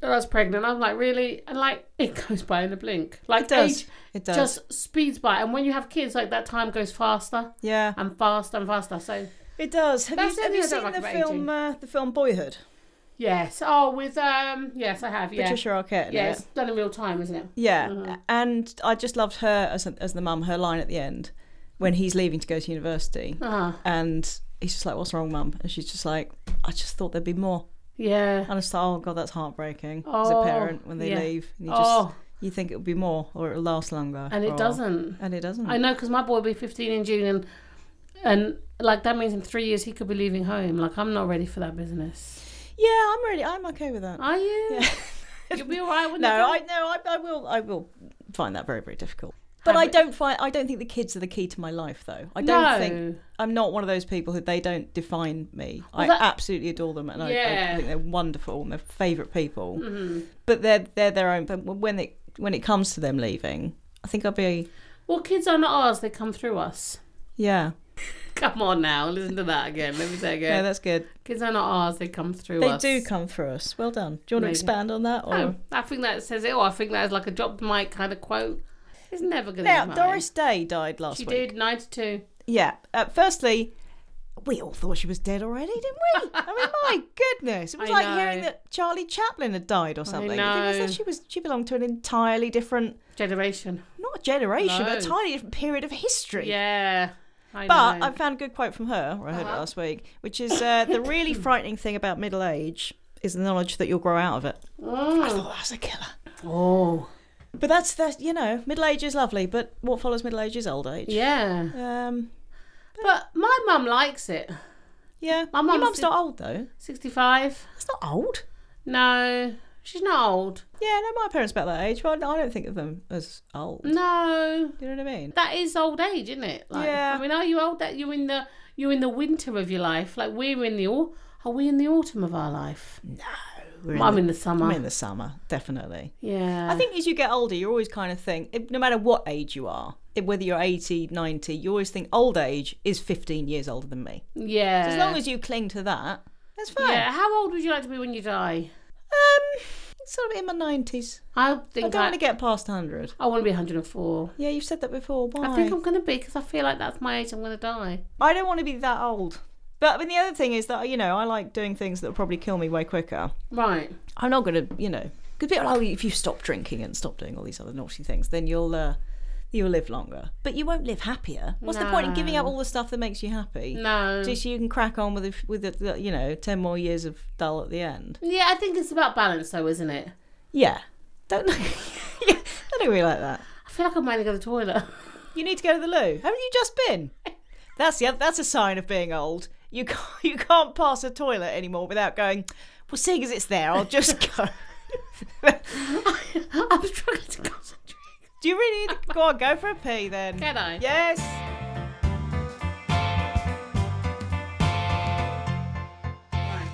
Speaker 1: and I was pregnant. I'm like, really? And like, it goes by in a blink. Like,
Speaker 2: it does.
Speaker 1: age
Speaker 2: It does.
Speaker 1: just speeds by. And when you have kids, like, that time goes faster
Speaker 2: yeah,
Speaker 1: and faster and faster. So,
Speaker 2: it does. Have
Speaker 1: That's
Speaker 2: you,
Speaker 1: the
Speaker 2: have
Speaker 1: only
Speaker 2: you
Speaker 1: thing I
Speaker 2: seen
Speaker 1: don't
Speaker 2: the
Speaker 1: like about
Speaker 2: film? Uh, the film Boyhood.
Speaker 1: yes. Oh, with, um, yes, I have. Yeah.
Speaker 2: Patricia Arquette. in
Speaker 1: yeah,
Speaker 2: it.
Speaker 1: it's done in real time, isn't it?
Speaker 2: Yeah,
Speaker 1: Mm-hmm.
Speaker 2: and I just loved her as as the mum. Her line at the end, when he's leaving to go to university,
Speaker 1: Uh-huh.
Speaker 2: and he's just like, "What's wrong, mum?" And she's just like, "I just thought there'd be more."
Speaker 1: Yeah.
Speaker 2: And I just thought, "Oh God, that's heartbreaking." as a
Speaker 1: Oh,
Speaker 2: parent, when they
Speaker 1: yeah.
Speaker 2: leave, and you just
Speaker 1: Oh,
Speaker 2: You think it'll be more or it'll last longer.
Speaker 1: and it
Speaker 2: or-
Speaker 1: doesn't.
Speaker 2: And it doesn't.
Speaker 1: I know because my boy will be 15 in June, and and like that means in three years he could be leaving home. Like I'm not ready for that business.
Speaker 2: Yeah, I'm really, I'm okay with that.
Speaker 1: Are you? You'll be alright when
Speaker 2: No,
Speaker 1: you go.
Speaker 2: I no, I, I will, I will find that very, very difficult. But
Speaker 1: Have
Speaker 2: I
Speaker 1: it-
Speaker 2: don't find, I don't think the kids are the key to my life, though. I don't think
Speaker 1: No.
Speaker 2: I'm not one of those people who they don't define me. I
Speaker 1: that-
Speaker 2: absolutely adore them, and I- I,
Speaker 1: Yeah. Mm-hmm.
Speaker 2: think they're wonderful and they're favourite people. But they're they're their own. But when it when it comes to them leaving, I think I'll be
Speaker 1: Well, kids are not ours; they come through us.
Speaker 2: yeah,
Speaker 1: Come on now, listen to that again. Let me say
Speaker 2: yeah,
Speaker 1: again.
Speaker 2: that's good.
Speaker 1: kids are not ours; they come through
Speaker 2: They
Speaker 1: us.
Speaker 2: do come for us. Well done. Do you want
Speaker 1: Maybe.
Speaker 2: to expand on that? Or?
Speaker 1: No, I think that says it all. I think that is like a drop the mic kind of quote. It's never going to
Speaker 2: Now,
Speaker 1: be mine.
Speaker 2: Doris Day died last
Speaker 1: She
Speaker 2: week.
Speaker 1: did 92.
Speaker 2: Yeah. Uh, firstly, we all thought she was dead already, didn't we? I mean, my goodness, it was
Speaker 1: I
Speaker 2: like
Speaker 1: know.
Speaker 2: hearing that Charlie Chaplin had died or something. The thing was
Speaker 1: know.
Speaker 2: that she was she belonged to an entirely different,
Speaker 1: Generation.
Speaker 2: not generation, but a
Speaker 1: No.
Speaker 2: entirely different period of history.
Speaker 1: Yeah. Uh-huh. I
Speaker 2: But
Speaker 1: know.
Speaker 2: I found a good quote from her, or I heard it last week, which is uh, the really frightening thing about middle age is the knowledge that you'll grow out of it. I thought that was a killer.
Speaker 1: Oh.
Speaker 2: But that's that. You know, middle age is lovely, but what follows middle age is old age.
Speaker 1: Yeah.
Speaker 2: Um.
Speaker 1: But my mum likes it.
Speaker 2: Yeah.
Speaker 1: My
Speaker 2: Your
Speaker 1: mum's
Speaker 2: mum's
Speaker 1: the-
Speaker 2: not old though.
Speaker 1: 65.
Speaker 2: That's not old.
Speaker 1: No. She's not old.
Speaker 2: Yeah, no, my parents about that age, but I don't think of them as old.
Speaker 1: No.
Speaker 2: Do you know what I mean?
Speaker 1: That is old age, isn't it? Like,
Speaker 2: Yeah.
Speaker 1: I mean, are you old? That you're in the you're in the winter of your life. Like we're in the au- are we in the autumn of our life?
Speaker 2: We're in
Speaker 1: I'm
Speaker 2: the,
Speaker 1: in the summer.
Speaker 2: I'm in the summer, definitely.
Speaker 1: yeah.
Speaker 2: I think as you get older, you always kind of think, it- no matter what age you are, it- whether you're 80, 90, you always think old age is 15 years older than me.
Speaker 1: Yeah.
Speaker 2: As long as you cling to that, that's fine.
Speaker 1: Yeah. How old would you like to be when you die?
Speaker 2: Um, sort of in my 90s.
Speaker 1: I
Speaker 2: I
Speaker 1: think
Speaker 2: don't want to get past 100.
Speaker 1: I want to be 104.
Speaker 2: Yeah, you've said that before. Why?
Speaker 1: I think I'm going to be because I feel like that's my age. I'm going to die.
Speaker 2: I don't want to be that old. But I mean, the other thing is that, you know, I like doing things that will probably kill me way quicker.
Speaker 1: Right.
Speaker 2: I'm not gonna, you know, because people, oh, if you stop drinking and stop doing all these other naughty things, then you'll uh, you'll live longer, but you won't live happier. What's the point in giving up all the stuff that makes you happy?
Speaker 1: No.
Speaker 2: Just so you can crack on with the, with the, the, you know, ten more years of dull at the end.
Speaker 1: Yeah, I think it's about balance though, isn't it?
Speaker 2: Yeah, don't look- yeah, don't look at me like that.
Speaker 1: I feel like I'm going to go to the toilet.
Speaker 2: You need to go to the loo. Haven't you just been? That's the oth- that's a sign of being old. You can't, you can't pass a toilet anymore without going. Well, seeing as it's there, I'll just go.
Speaker 1: I'm struggling to concentrate.
Speaker 2: Do you really need to go on? Go for a pee then.
Speaker 1: Can I?
Speaker 2: Yes.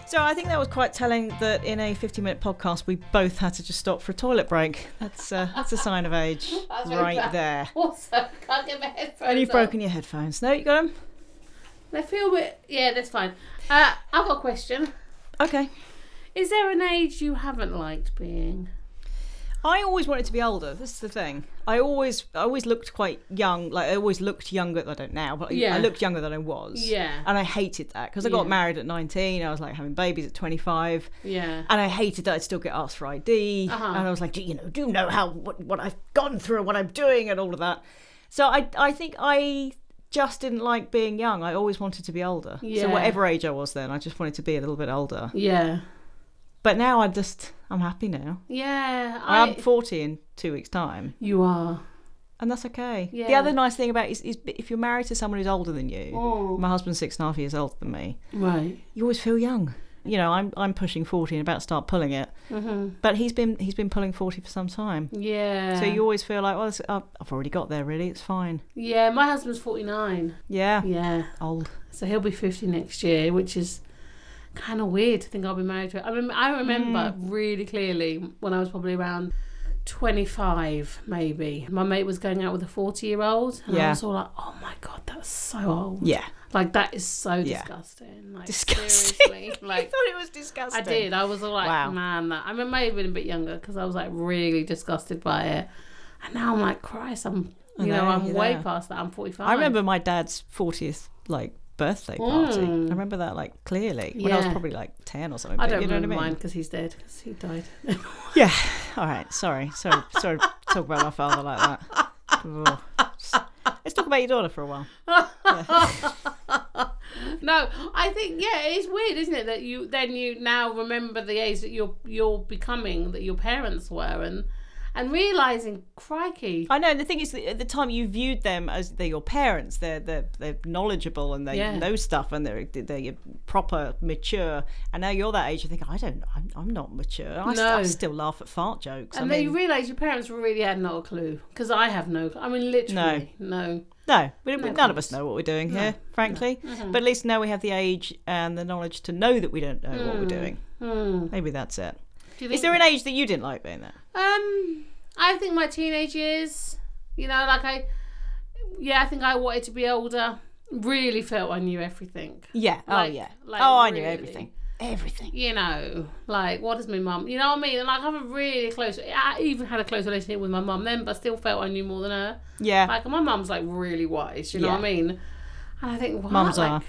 Speaker 2: So I think that was quite telling that in a 50-minute podcast we both had to just stop for a toilet break. That's uh, that's a sign of age
Speaker 1: That's very
Speaker 2: right
Speaker 1: bad.
Speaker 2: there.
Speaker 1: Also, can't get my headphones.
Speaker 2: And you've
Speaker 1: on.
Speaker 2: broken your headphones. No, you got them.
Speaker 1: They feel a bit. Yeah, that's fine. Uh, I've got a question.
Speaker 2: Okay.
Speaker 1: Is there an age you haven't liked being?
Speaker 2: I always wanted to be older. This is the thing. I always, I always looked quite young. Like I always looked younger. I don't now, but I-
Speaker 1: Yeah.
Speaker 2: I looked younger than I was.
Speaker 1: Yeah.
Speaker 2: And I hated that because I got
Speaker 1: Yeah.
Speaker 2: married at 19. I was like having babies at 25.
Speaker 1: Yeah.
Speaker 2: and I hated that I'd still get asked for ID.
Speaker 1: Uh-huh.
Speaker 2: And I was like, do you know, do you know how what, what I've gone through and what I'm doing and all of that. So I I think I just didn't like being young. I always wanted to be older. So
Speaker 1: Yeah.
Speaker 2: whatever age I was then, I just wanted to be a little bit older.
Speaker 1: Yeah.
Speaker 2: But now I just I'm happy now.
Speaker 1: Yeah. I.
Speaker 2: I'm 40 in two weeks' time,
Speaker 1: Um, you are.
Speaker 2: and that's okay. The
Speaker 1: Yeah.
Speaker 2: other nice thing about it is, is if you're married to someone who's older than you,
Speaker 1: Oh.
Speaker 2: my husband's six and a half years older than me
Speaker 1: Right.
Speaker 2: you always feel young. You know, I'm I'm pushing forty and about to start pulling it,
Speaker 1: Mm-hmm.
Speaker 2: but he's been he's been pulling forty for some time.
Speaker 1: Yeah.
Speaker 2: So you always feel like, well, it's, uh, I've already got there. Really, it's fine.
Speaker 1: Yeah, my husband's 49.
Speaker 2: Yeah,
Speaker 1: Yeah.
Speaker 2: old.
Speaker 1: So he'll be 50 next year, which is kind of weird to think I'll be married to. I mean, I remember
Speaker 2: Mm.
Speaker 1: really clearly when I was probably around 25, maybe. My mate was going out with a 40 year old, and
Speaker 2: Yeah.
Speaker 1: I was all like, oh my God, that's so old.
Speaker 2: Yeah,
Speaker 1: Like, that is so
Speaker 2: Yeah.
Speaker 1: disgusting. Like,
Speaker 2: Disgusting.
Speaker 1: Seriously. Like,
Speaker 2: thought it was disgusting.
Speaker 1: I did. I was all like,
Speaker 2: Wow.
Speaker 1: man, that. I mean, maybe have been a bit younger because I was like really disgusted by it. And now I'm like, Christ, I'm, you know,
Speaker 2: know,
Speaker 1: I'm
Speaker 2: you're
Speaker 1: way
Speaker 2: there.
Speaker 1: past that. I'm 45.
Speaker 2: I remember my dad's fortieth like birthday party. I remember that like clearly when I was
Speaker 1: Hmm. Yeah.
Speaker 2: probably like ten or something.
Speaker 1: I
Speaker 2: but
Speaker 1: don't
Speaker 2: you know
Speaker 1: remember
Speaker 2: what I mean?
Speaker 1: mine because he's dead. 'cause he died.
Speaker 2: Yeah. All right. Sorry. Sorry. Sorry. to talk about my father like that. Ugh. Let's talk about your daughter for a while.
Speaker 1: no, I think yeah, it's weird, isn't it? That you then you now remember the age that you're you're becoming that your parents were, and and realizing, crikey,
Speaker 2: I know, and the thing is, that at the time you viewed them as they're your parents. They're they're, they're knowledgeable and they
Speaker 1: Yeah.
Speaker 2: know stuff and they're they're proper mature. And now you're that age, you think I don't, I'm, I'm not mature. I, st- I
Speaker 1: No.
Speaker 2: still laugh at fart jokes.
Speaker 1: and
Speaker 2: I
Speaker 1: then
Speaker 2: mean,
Speaker 1: you realize your parents really had not a clue because I have no. I mean, literally, no.
Speaker 2: no, we, we-
Speaker 1: of
Speaker 2: none of
Speaker 1: course.
Speaker 2: us
Speaker 1: Mm-hmm.
Speaker 2: know what we're doing here, frankly. But at least now we have the age and the knowledge to know that we don't know what we're doing.
Speaker 1: Hmm.
Speaker 2: Maybe that's it.
Speaker 1: Do you
Speaker 2: Is
Speaker 1: think?
Speaker 2: there an age that you didn't like being there?
Speaker 1: um, I think my teenage years. You know, like I, yeah, I think I wanted to be older. Really felt I knew everything.
Speaker 2: Yeah.
Speaker 1: Like-
Speaker 2: oh yeah.
Speaker 1: like
Speaker 2: oh, I knew
Speaker 1: really.
Speaker 2: everything. Everything.
Speaker 1: you know, like what does my mum? You know what I mean? And like I have a really close. I even had a close relationship with my mum then, but still felt I knew more than her.
Speaker 2: Yeah.
Speaker 1: Like my mum's like really wise. You know what I mean? And I think what?
Speaker 2: Mums
Speaker 1: like,
Speaker 2: are.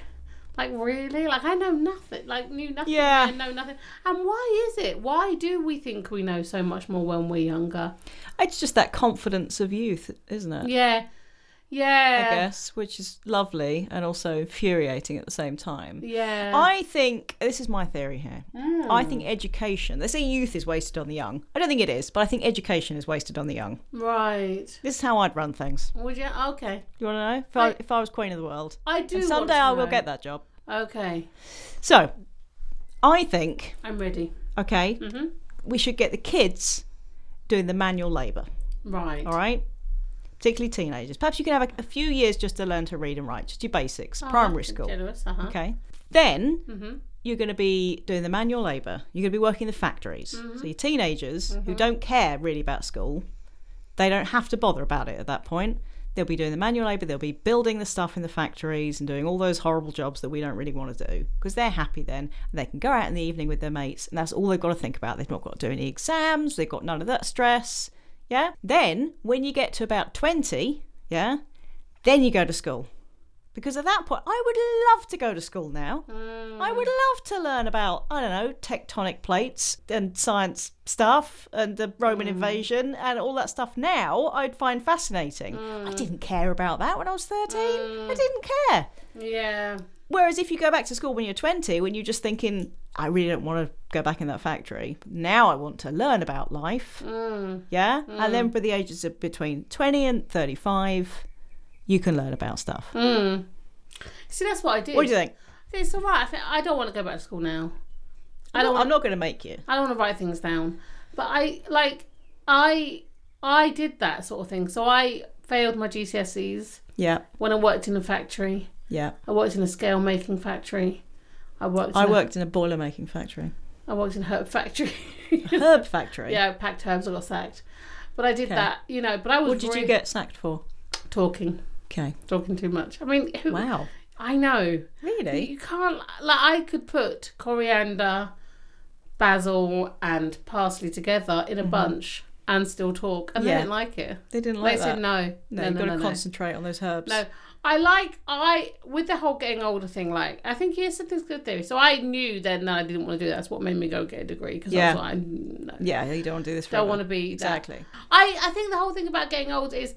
Speaker 1: Like really? Like I know nothing. Like knew nothing.
Speaker 2: Yeah.
Speaker 1: I know nothing. And why is it? Why do we think we know so much more when we're younger?
Speaker 2: It's just that confidence of youth, isn't it?
Speaker 1: Yeah. Yeah.
Speaker 2: I guess, which is lovely and also infuriating at the same time.
Speaker 1: Yeah. Hmm.
Speaker 2: I think this is my theory here. I think education. They say youth is wasted on the young. I don't think it is, but I think education is wasted on the young.
Speaker 1: right.
Speaker 2: This is how I'd run things.
Speaker 1: Would you? Okay.
Speaker 2: You want to know? If I,
Speaker 1: I-
Speaker 2: if I was queen of the world,
Speaker 1: I do.
Speaker 2: and
Speaker 1: want
Speaker 2: someday
Speaker 1: to
Speaker 2: I will
Speaker 1: know.
Speaker 2: get that job.
Speaker 1: Okay.
Speaker 2: So, I think
Speaker 1: I'm ready.
Speaker 2: okay,
Speaker 1: Mm-hmm.
Speaker 2: we should get the kids doing the manual labour.
Speaker 1: Right.
Speaker 2: All right. Particularly teenagers. Perhaps you can have a, a few years just to learn to read and write, just your basics,
Speaker 1: Oh,
Speaker 2: primary
Speaker 1: that's
Speaker 2: school.
Speaker 1: Generous. Uh huh.
Speaker 2: Okay. Then
Speaker 1: Mhm.
Speaker 2: you're going to be doing the manual labour. You're going to be working in the factories. So your teenagers who don't care really about school, they don't have to bother about it at that point. They'll be doing the manual labour. They'll be building the stuff in the factories and doing all those horrible jobs that we don't really want to do because they're happy then and they can go out in the evening with their mates and that's all they've got to think about. They've not got to do any exams. They've got none of that stress. Yeah. Then when you get to about twenty, yeah, then you go to school. Because at that point, I would love to go to school now. I would love to learn about, I don't know, tectonic plates and science stuff and the Roman invasion and all that stuff now I'd find fascinating. I didn't care about that when I was 13. I didn't care.
Speaker 1: Yeah.
Speaker 2: Whereas if you go back to school when you're 20, when you're just thinking, I really don't want to go back in that factory. Now I want to learn about life. Yeah? And then for the ages of between 20 and 35, you can learn about stuff.
Speaker 1: See, that's what I did.
Speaker 2: What do you think?
Speaker 1: It's all right. I, think, I don't want to go back to school now. I
Speaker 2: I
Speaker 1: don't.
Speaker 2: I'm
Speaker 1: Want,
Speaker 2: not going to make you.
Speaker 1: I don't want to write things down. But I like. I I did that sort of thing. So I failed my GCSEs
Speaker 2: Yeah,
Speaker 1: when I worked in a factory.
Speaker 2: yeah.
Speaker 1: I worked in a scale making factory. I worked.
Speaker 2: I
Speaker 1: in a-
Speaker 2: worked in a boiler making factory,
Speaker 1: I worked in a herb factory.
Speaker 2: herb factory.
Speaker 1: yeah, I packed herbs. I got sacked. But I did
Speaker 2: Okay.
Speaker 1: that, you know. But I was
Speaker 2: What did you
Speaker 1: really-
Speaker 2: get sacked for?
Speaker 1: talking,
Speaker 2: Okay.
Speaker 1: talking too much. I mean, who,
Speaker 2: Wow.
Speaker 1: I know.
Speaker 2: Really?
Speaker 1: You can't like I could put coriander, basil, and parsley together in a bunch and still talk, and
Speaker 2: Mm-hmm. Yeah.
Speaker 1: they didn't like it.
Speaker 2: They didn't
Speaker 1: they
Speaker 2: like
Speaker 1: said
Speaker 2: that.
Speaker 1: no,
Speaker 2: No,
Speaker 1: no,
Speaker 2: you've
Speaker 1: no,
Speaker 2: got
Speaker 1: no,
Speaker 2: to
Speaker 1: no.
Speaker 2: concentrate on those herbs.
Speaker 1: No. I like I with the whole getting older thing. Like I think here's something's good theory. So I knew then that I didn't want to do that. That's what made me go get a degree because
Speaker 2: Yeah.
Speaker 1: I was like, I no,
Speaker 2: Yeah, you don't want to do this. Forever.
Speaker 1: don't want to be that.
Speaker 2: Exactly.
Speaker 1: I, I think the whole thing about getting old is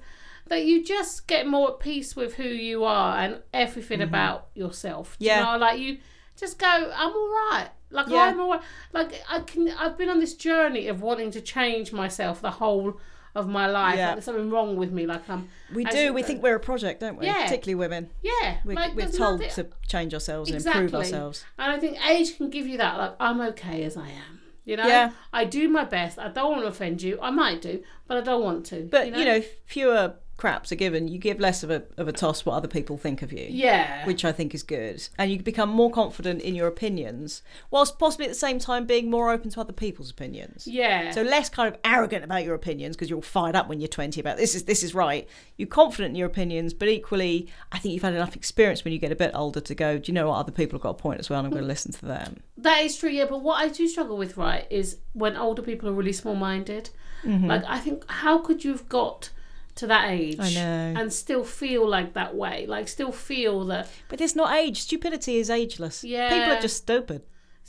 Speaker 1: that you just get more at peace with who you are and everything about yourself. Do
Speaker 2: Mm-hmm. Yeah.
Speaker 1: You know, like you just go, I'm all right. Like
Speaker 2: Yeah.
Speaker 1: I'm all right. Like I can I've been on this journey of wanting to change myself the whole of my life.
Speaker 2: Yeah.
Speaker 1: Like there's something wrong with me. Like I'm
Speaker 2: We
Speaker 1: as
Speaker 2: do.
Speaker 1: you
Speaker 2: We
Speaker 1: go-
Speaker 2: think we're a project, don't we?
Speaker 1: Yeah.
Speaker 2: Particularly women.
Speaker 1: Yeah.
Speaker 2: We're,
Speaker 1: like,
Speaker 2: we're
Speaker 1: there's
Speaker 2: told
Speaker 1: nothing-
Speaker 2: to change ourselves and improve
Speaker 1: Exactly.
Speaker 2: ourselves.
Speaker 1: And I think age can give you that, like, I'm okay as I am. You know?
Speaker 2: Yeah.
Speaker 1: I do my best. I don't want to offend you. I might do, but I don't want to.
Speaker 2: But you know, fewer craps are given. You give less of a of a toss what other people think of you.
Speaker 1: Yeah.
Speaker 2: Which I think is good, and you become more confident in your opinions, whilst possibly at the same time being more open to other people's opinions.
Speaker 1: yeah.
Speaker 2: So less kind of arrogant about your opinions because you're all fired up when you're 20 about this is this is right. You're confident in your opinions, but equally, I think you've had enough experience when you get a bit older to go. Do you know what other people have got a point as well, and I'm going to listen to them.
Speaker 1: That is true, yeah. But what I do struggle with, right, is when older people are really small minded.
Speaker 2: Mm-hmm.
Speaker 1: Like, I think, how could you have got to that age
Speaker 2: I know.
Speaker 1: and still feel like that way? Like, still feel that,
Speaker 2: But it's not age. Stupidity is ageless. People
Speaker 1: Yeah.
Speaker 2: are just stupid.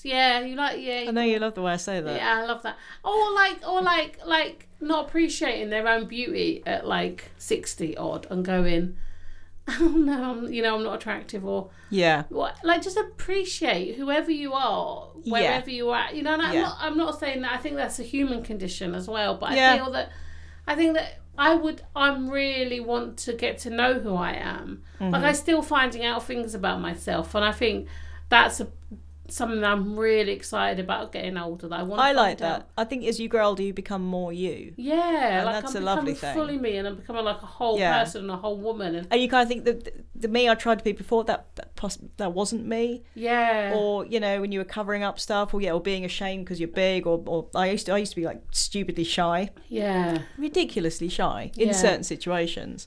Speaker 1: yeah, you like, yeah,
Speaker 2: I know you love the way I say that.
Speaker 1: yeah, I love that. Or like, or like, like not appreciating their own beauty at like sixty odd and going, oh no, I'm, you know, I'm not attractive or
Speaker 2: Yeah.
Speaker 1: what like just appreciate whoever you are wherever you are you know and i'm
Speaker 2: Yeah.
Speaker 1: not i'm not saying that i think that's a human condition as well but
Speaker 2: Yeah.
Speaker 1: i feel that I think that I would. I'm really want to get to know who I am.
Speaker 2: Mm-hmm.
Speaker 1: Like I'm still finding out things about myself, and I think that's a, something that I'm really excited about getting older. That I want.
Speaker 2: I
Speaker 1: to
Speaker 2: like
Speaker 1: find out.
Speaker 2: that. I think as you grow older, you become more you.
Speaker 1: Yeah, like
Speaker 2: that's
Speaker 1: I'm
Speaker 2: a lovely
Speaker 1: becoming
Speaker 2: thing.
Speaker 1: fully me, and I'm becoming like a whole
Speaker 2: Yeah.
Speaker 1: person and a whole woman, and
Speaker 2: And you kind of think that the, the me I tried to be before that that, poss- that wasn't me,
Speaker 1: yeah,
Speaker 2: or you know when you were covering up stuff, or yeah, or being ashamed because you're big, or, or I used to I used to be like stupidly shy,
Speaker 1: yeah,
Speaker 2: ridiculously shy in
Speaker 1: Yeah.
Speaker 2: certain situations,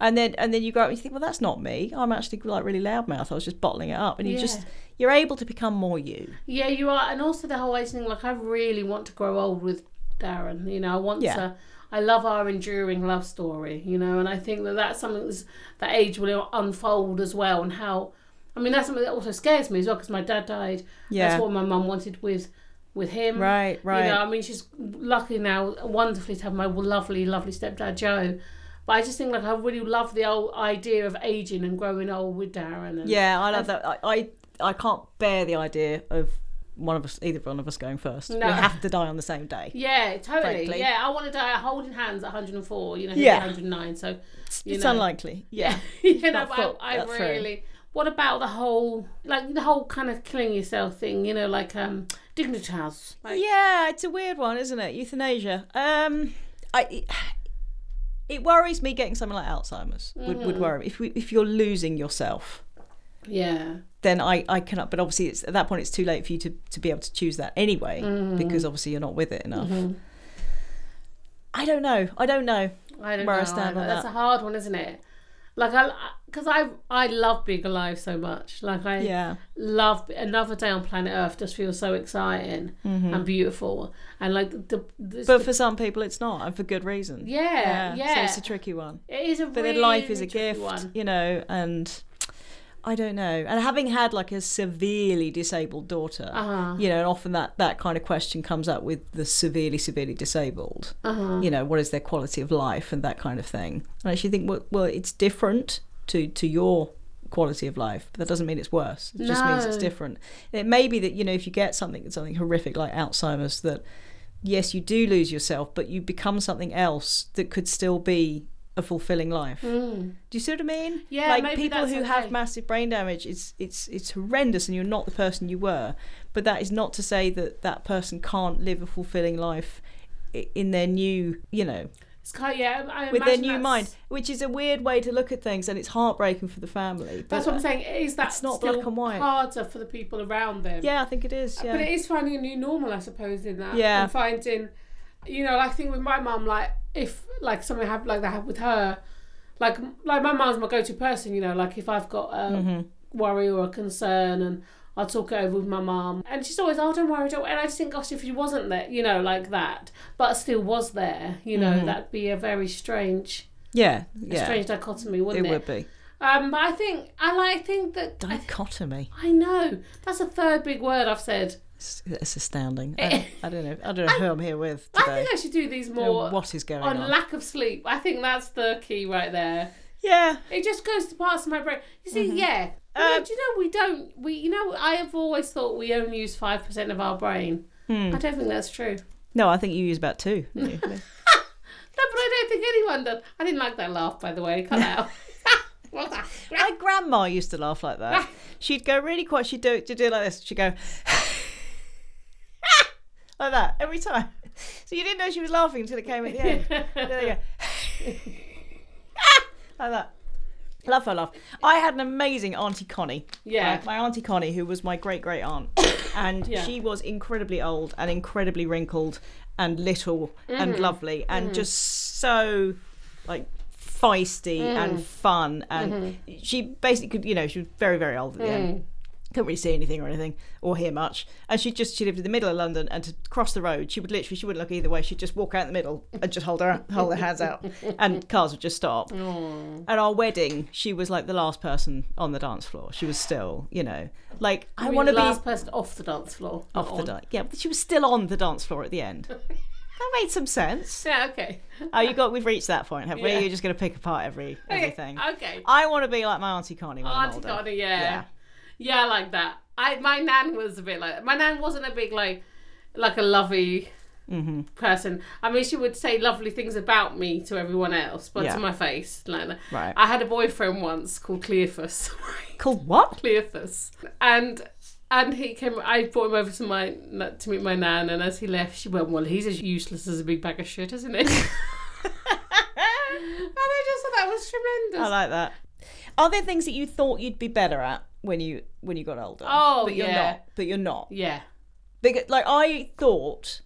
Speaker 2: and then and then you grow up and you think, well, that's not me. I'm actually like really loudmouth. I was just bottling it up, and you
Speaker 1: Yeah.
Speaker 2: just you're able to become more you.
Speaker 1: yeah. You are, and also the whole age thing. Like I really want to grow old with Darren. You know, I want
Speaker 2: Yeah.
Speaker 1: to. I love our enduring love story. You know, and I think that that's something that's, that age will unfold as well, and how. I mean, that's something that also scares me as well because my dad died.
Speaker 2: Yeah.
Speaker 1: That's what my mum wanted with with him.
Speaker 2: Right, right.
Speaker 1: You know, I mean, she's lucky now, wonderfully to have my lovely, lovely stepdad Joe. But I just think like I really love the old idea of aging and growing old with Darren. And,
Speaker 2: Yeah, I love that. I, I I can't bear the idea of one of us, either one of us, going first.
Speaker 1: No.
Speaker 2: We have to die on the same day.
Speaker 1: Yeah, totally.
Speaker 2: Frankly.
Speaker 1: Yeah, I want to die holding hands at 104. You know,
Speaker 2: Yeah.
Speaker 1: yeah. 109. So, you
Speaker 2: it's
Speaker 1: know.
Speaker 2: unlikely. Yeah.
Speaker 1: you know,
Speaker 2: Not
Speaker 1: but
Speaker 2: thought
Speaker 1: I, I
Speaker 2: that through.
Speaker 1: really. What about the whole, like the whole kind of killing yourself thing? You know, like um, dignitas. Like,
Speaker 2: Yeah, it's a weird one, isn't it? Euthanasia. Um, I. It worries me getting something like Alzheimer's would,
Speaker 1: Mm.
Speaker 2: would worry me. If, we, if you're losing yourself,
Speaker 1: yeah,
Speaker 2: then I, I cannot. But obviously, it's, at that point, it's too late for you to, to be able to choose that anyway,
Speaker 1: Mm-hmm.
Speaker 2: because obviously you're not with it enough. I don't know. I don't know.
Speaker 1: I don't
Speaker 2: Where I
Speaker 1: know.
Speaker 2: stand
Speaker 1: I-
Speaker 2: on
Speaker 1: that's
Speaker 2: that.
Speaker 1: a hard one, isn't it? Like I, because I, I love being alive so much. Like I,
Speaker 2: Yeah.
Speaker 1: love another day on planet Earth. Just feels so exciting
Speaker 2: Mm-hmm.
Speaker 1: and beautiful. And like the, the
Speaker 2: But for some people, it's not, and for good reason.
Speaker 1: yeah, yeah,
Speaker 2: So it's a tricky one.
Speaker 1: it is a
Speaker 2: But
Speaker 1: really
Speaker 2: then life is a
Speaker 1: tricky
Speaker 2: gift,
Speaker 1: One.
Speaker 2: you know, and I don't know. And having had like a severely disabled daughter,
Speaker 1: Uh-huh.
Speaker 2: you know, and often that, that kind of question comes up with the severely, severely disabled.
Speaker 1: Uh-huh.
Speaker 2: You know, what is their quality of life and that kind of thing. And I actually think, well, well it's different to, to your quality of life, but that doesn't mean it's worse. It just means it's
Speaker 1: No.
Speaker 2: different. And it may be that, you know, if you get something, something horrific like Alzheimer's, that yes, you do lose yourself, but you become something else that could still be a fulfilling life.
Speaker 1: Mm.
Speaker 2: Do you see what I mean?
Speaker 1: Yeah,
Speaker 2: like
Speaker 1: maybe
Speaker 2: people
Speaker 1: that's
Speaker 2: who
Speaker 1: okay.
Speaker 2: have massive brain damage, it's it's it's horrendous, and you're not the person you were. But that is not to say that that person can't live a fulfilling life i- in their new, you know,
Speaker 1: It's kind of, yeah, I
Speaker 2: with their
Speaker 1: imagine
Speaker 2: new
Speaker 1: that's-
Speaker 2: mind, which is a weird way to look at things, and it's heartbreaking for the family. But
Speaker 1: That's what I'm saying. Is that
Speaker 2: It's not
Speaker 1: still
Speaker 2: black and white.
Speaker 1: harder for the people around them?
Speaker 2: yeah, I think it is.
Speaker 1: Uh,
Speaker 2: Yeah,
Speaker 1: But it is finding a new normal, I suppose, in that.
Speaker 2: Yeah.
Speaker 1: And finding, you know, I think with my mum, like if like something happened like that happened with her, like like my mum's my go-to person. You know, like if I've got a
Speaker 2: Mm-hmm.
Speaker 1: worry or a concern, and I talk it over with my mum, and she's always, "Oh, don't worry, don't." worry." And I just think, gosh, if she wasn't there, you know, like that, but still was there, you know, that'd be a very strange,
Speaker 2: yeah, Mm-hmm. yeah.
Speaker 1: strange dichotomy,
Speaker 2: it
Speaker 1: wouldn't it?
Speaker 2: would be
Speaker 1: Um, but I think I like I think that. I,
Speaker 2: dichotomy.
Speaker 1: I know that's a third big word I've said.
Speaker 2: It's, it's astounding. I, I don't know. I don't know who I'm here with
Speaker 1: I
Speaker 2: today.
Speaker 1: think I should do these more
Speaker 2: Or what is going
Speaker 1: on,
Speaker 2: on?
Speaker 1: lack of sleep. I think that's the key right there.
Speaker 2: yeah,
Speaker 1: It just goes to parts of my brain. You see,
Speaker 2: Mm-hmm.
Speaker 1: yeah. You
Speaker 2: Uh,
Speaker 1: know, do you know we don't? We you know I have always thought we only use five percent of our brain.
Speaker 2: Hmm.
Speaker 1: I don't think that's true.
Speaker 2: No, I think you use about two. don't you?
Speaker 1: No, but I don't think anyone does. I didn't like that laugh, by the way. Cut that out. What the-
Speaker 2: My grandma used to laugh like that. She'd go really quiet. She'd do she'd do it like this. She'd go like that every time. So you didn't know she was laughing until it came at the end. And then they go like that. Love her laugh. I had an amazing auntie Connie.
Speaker 1: Yeah.
Speaker 2: Right, my auntie Connie, who was my great great aunt, and she was incredibly old and incredibly wrinkled and little and lovely and just so like feisty and fun and she basically could you know she was very very old at the end couldn't really see anything or anything or hear much and she just she lived in the middle of london and to cross the road she would literally she wouldn't look either way she'd just walk out in the middle and just hold her hold her hands out and cars would just stop at our wedding she was like the last person on the dance floor she was still you know like i,
Speaker 1: I
Speaker 2: want to be
Speaker 1: last person off the dance floor. not
Speaker 2: off the
Speaker 1: on.
Speaker 2: dance yeah but she was still on the dance floor at the end that made some sense
Speaker 1: Yeah. Okay.
Speaker 2: oh you got we've reached that point have we
Speaker 1: Yeah.
Speaker 2: you're just going to pick apart every everything
Speaker 1: Okay.
Speaker 2: i want to be like my auntie connie when I'm
Speaker 1: Auntie
Speaker 2: older.
Speaker 1: Connie, yeah. yeah. I like that. I my nan was a bit like my nan wasn't a big like like a lovey
Speaker 2: Mm-hmm.
Speaker 1: person. I mean, she would say lovely things about me to everyone else, but
Speaker 2: Yeah.
Speaker 1: to my face, like,
Speaker 2: Right.
Speaker 1: I had a boyfriend once called Cleophas.
Speaker 2: Called what?
Speaker 1: Cleophas, and and he came. I brought him over to my to meet my nan, and as he left, she went, "Well, he's as useless as a big bag of shit, isn't he?" and I just thought that was
Speaker 2: I
Speaker 1: tremendous.
Speaker 2: like that. Are there things that you thought you'd be better at when you when you got older?
Speaker 1: Oh,
Speaker 2: but you're
Speaker 1: yeah.
Speaker 2: not. But you're not.
Speaker 1: yeah,
Speaker 2: Because, like I thought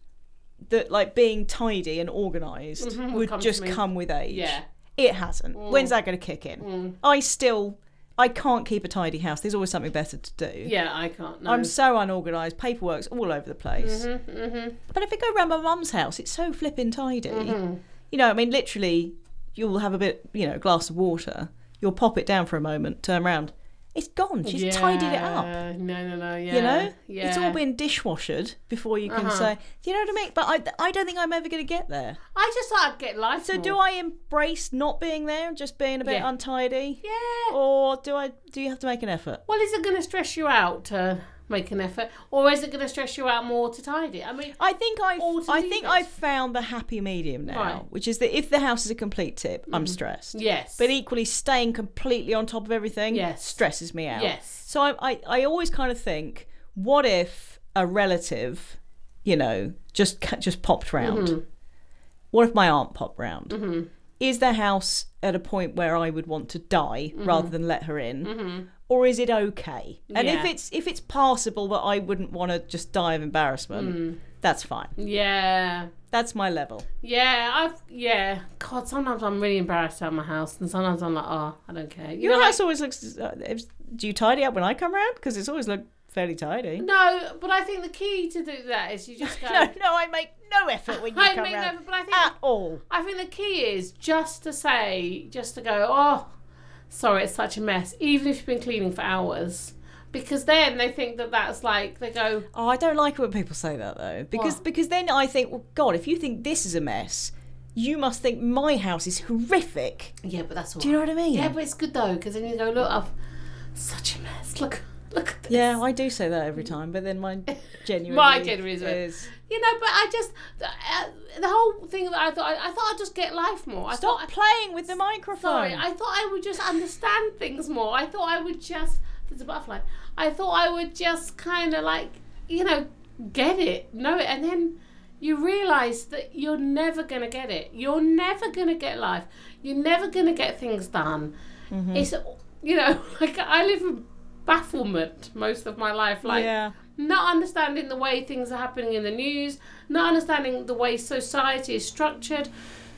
Speaker 2: that like being tidy and organized would
Speaker 1: Mm-hmm, come to
Speaker 2: just
Speaker 1: me.
Speaker 2: come with age.
Speaker 1: yeah. Mm.
Speaker 2: It hasn't. When's that going to kick in? I still I can't keep a tidy house. There's always something better to do.
Speaker 1: Yeah, I can't. No.
Speaker 2: I'm so unorganised. Paperwork's all over the place.
Speaker 1: Mm-hmm,
Speaker 2: But if I go round my mum's house, it's so flipping tidy.
Speaker 1: Mm-hmm.
Speaker 2: You know, I mean, literally, you'll have a bit, you know, a glass of water. You'll pop it down for a moment, turn round. It's gone. She's tidied it up.
Speaker 1: Yeah, No, no, no. Yeah,
Speaker 2: You know,
Speaker 1: yeah. Uh-huh.
Speaker 2: it's all been dishwashered before you can say. Do you know what I mean? But I, I don't think I'm ever going to get there.
Speaker 1: I just thought I'd get life.
Speaker 2: So do I embrace not being there and just being a bit
Speaker 1: Yeah.
Speaker 2: untidy,
Speaker 1: Yeah.
Speaker 2: or do I? Do you have to make an effort?
Speaker 1: Well, is it going to stress you out to make an effort, or is it going to stress you out more to tidy? I mean,
Speaker 2: I think I've
Speaker 1: Or to
Speaker 2: I
Speaker 1: leave
Speaker 2: think
Speaker 1: it.
Speaker 2: I've found the happy medium now,
Speaker 1: Right. Mm-hmm.
Speaker 2: which is that if the house is a complete tip, I'm stressed.
Speaker 1: yes,
Speaker 2: But equally, staying completely on top of everything
Speaker 1: Yes.
Speaker 2: stresses me out.
Speaker 1: Yes.
Speaker 2: So I, I I always kind of think, what if a relative, you know, just ca- just popped round?
Speaker 1: Mm-hmm.
Speaker 2: What if my aunt popped round? Is the house at a point where I would want to die
Speaker 1: Mm-hmm.
Speaker 2: rather than let her in? Or is it okay? And if
Speaker 1: Yeah.
Speaker 2: it's if it's passable that I wouldn't want to just die of embarrassment,
Speaker 1: Mm.
Speaker 2: that's fine.
Speaker 1: yeah.
Speaker 2: That's my level.
Speaker 1: Yeah, I've yeah. God, sometimes I'm really embarrassed out my house, and sometimes I'm like, oh, I don't care. You
Speaker 2: Your
Speaker 1: know,
Speaker 2: house always looks. Uh, is- do you tidy up when I come round? Because it's always looked fairly tidy.
Speaker 1: no, but I think the key to do that is you just go.
Speaker 2: No, no, I make no effort when you
Speaker 1: I
Speaker 2: come
Speaker 1: mean,
Speaker 2: round
Speaker 1: no, but I think
Speaker 2: at all.
Speaker 1: I think the key is just to say, just to go, oh, sorry, it's such a mess, even if you've been cleaning for hours, because then they think that that's like they go,
Speaker 2: Oh, I don't like it when people say that though, because
Speaker 1: What?
Speaker 2: because then I think, well, God, if you think this is a mess, you must think my house is horrific.
Speaker 1: yeah, but that's all.
Speaker 2: Do you know what I mean?
Speaker 1: Yeah, but it's good though, because then you go, look, I've such a mess. Look, look at this.
Speaker 2: Yeah, I do say that every time, but then mine genuinely
Speaker 1: My genuine is-
Speaker 2: is
Speaker 1: You know, but I just uh, the whole thing that I thought I, I thought I'd just get life more. I
Speaker 2: stop
Speaker 1: thought I-
Speaker 2: playing with the microphone.
Speaker 1: Sorry, I thought I would just understand things more. I thought I would just. There's a butterfly. I thought I would just kind of like, you know, get it, know it, and then you realize that you're never going to get it. You're never going to get life. You're never going to get things done. It's, you know, like I live in bafflement most of my life. Like,
Speaker 2: yeah,
Speaker 1: not understanding the way things are happening in the news, not understanding the way society is structured.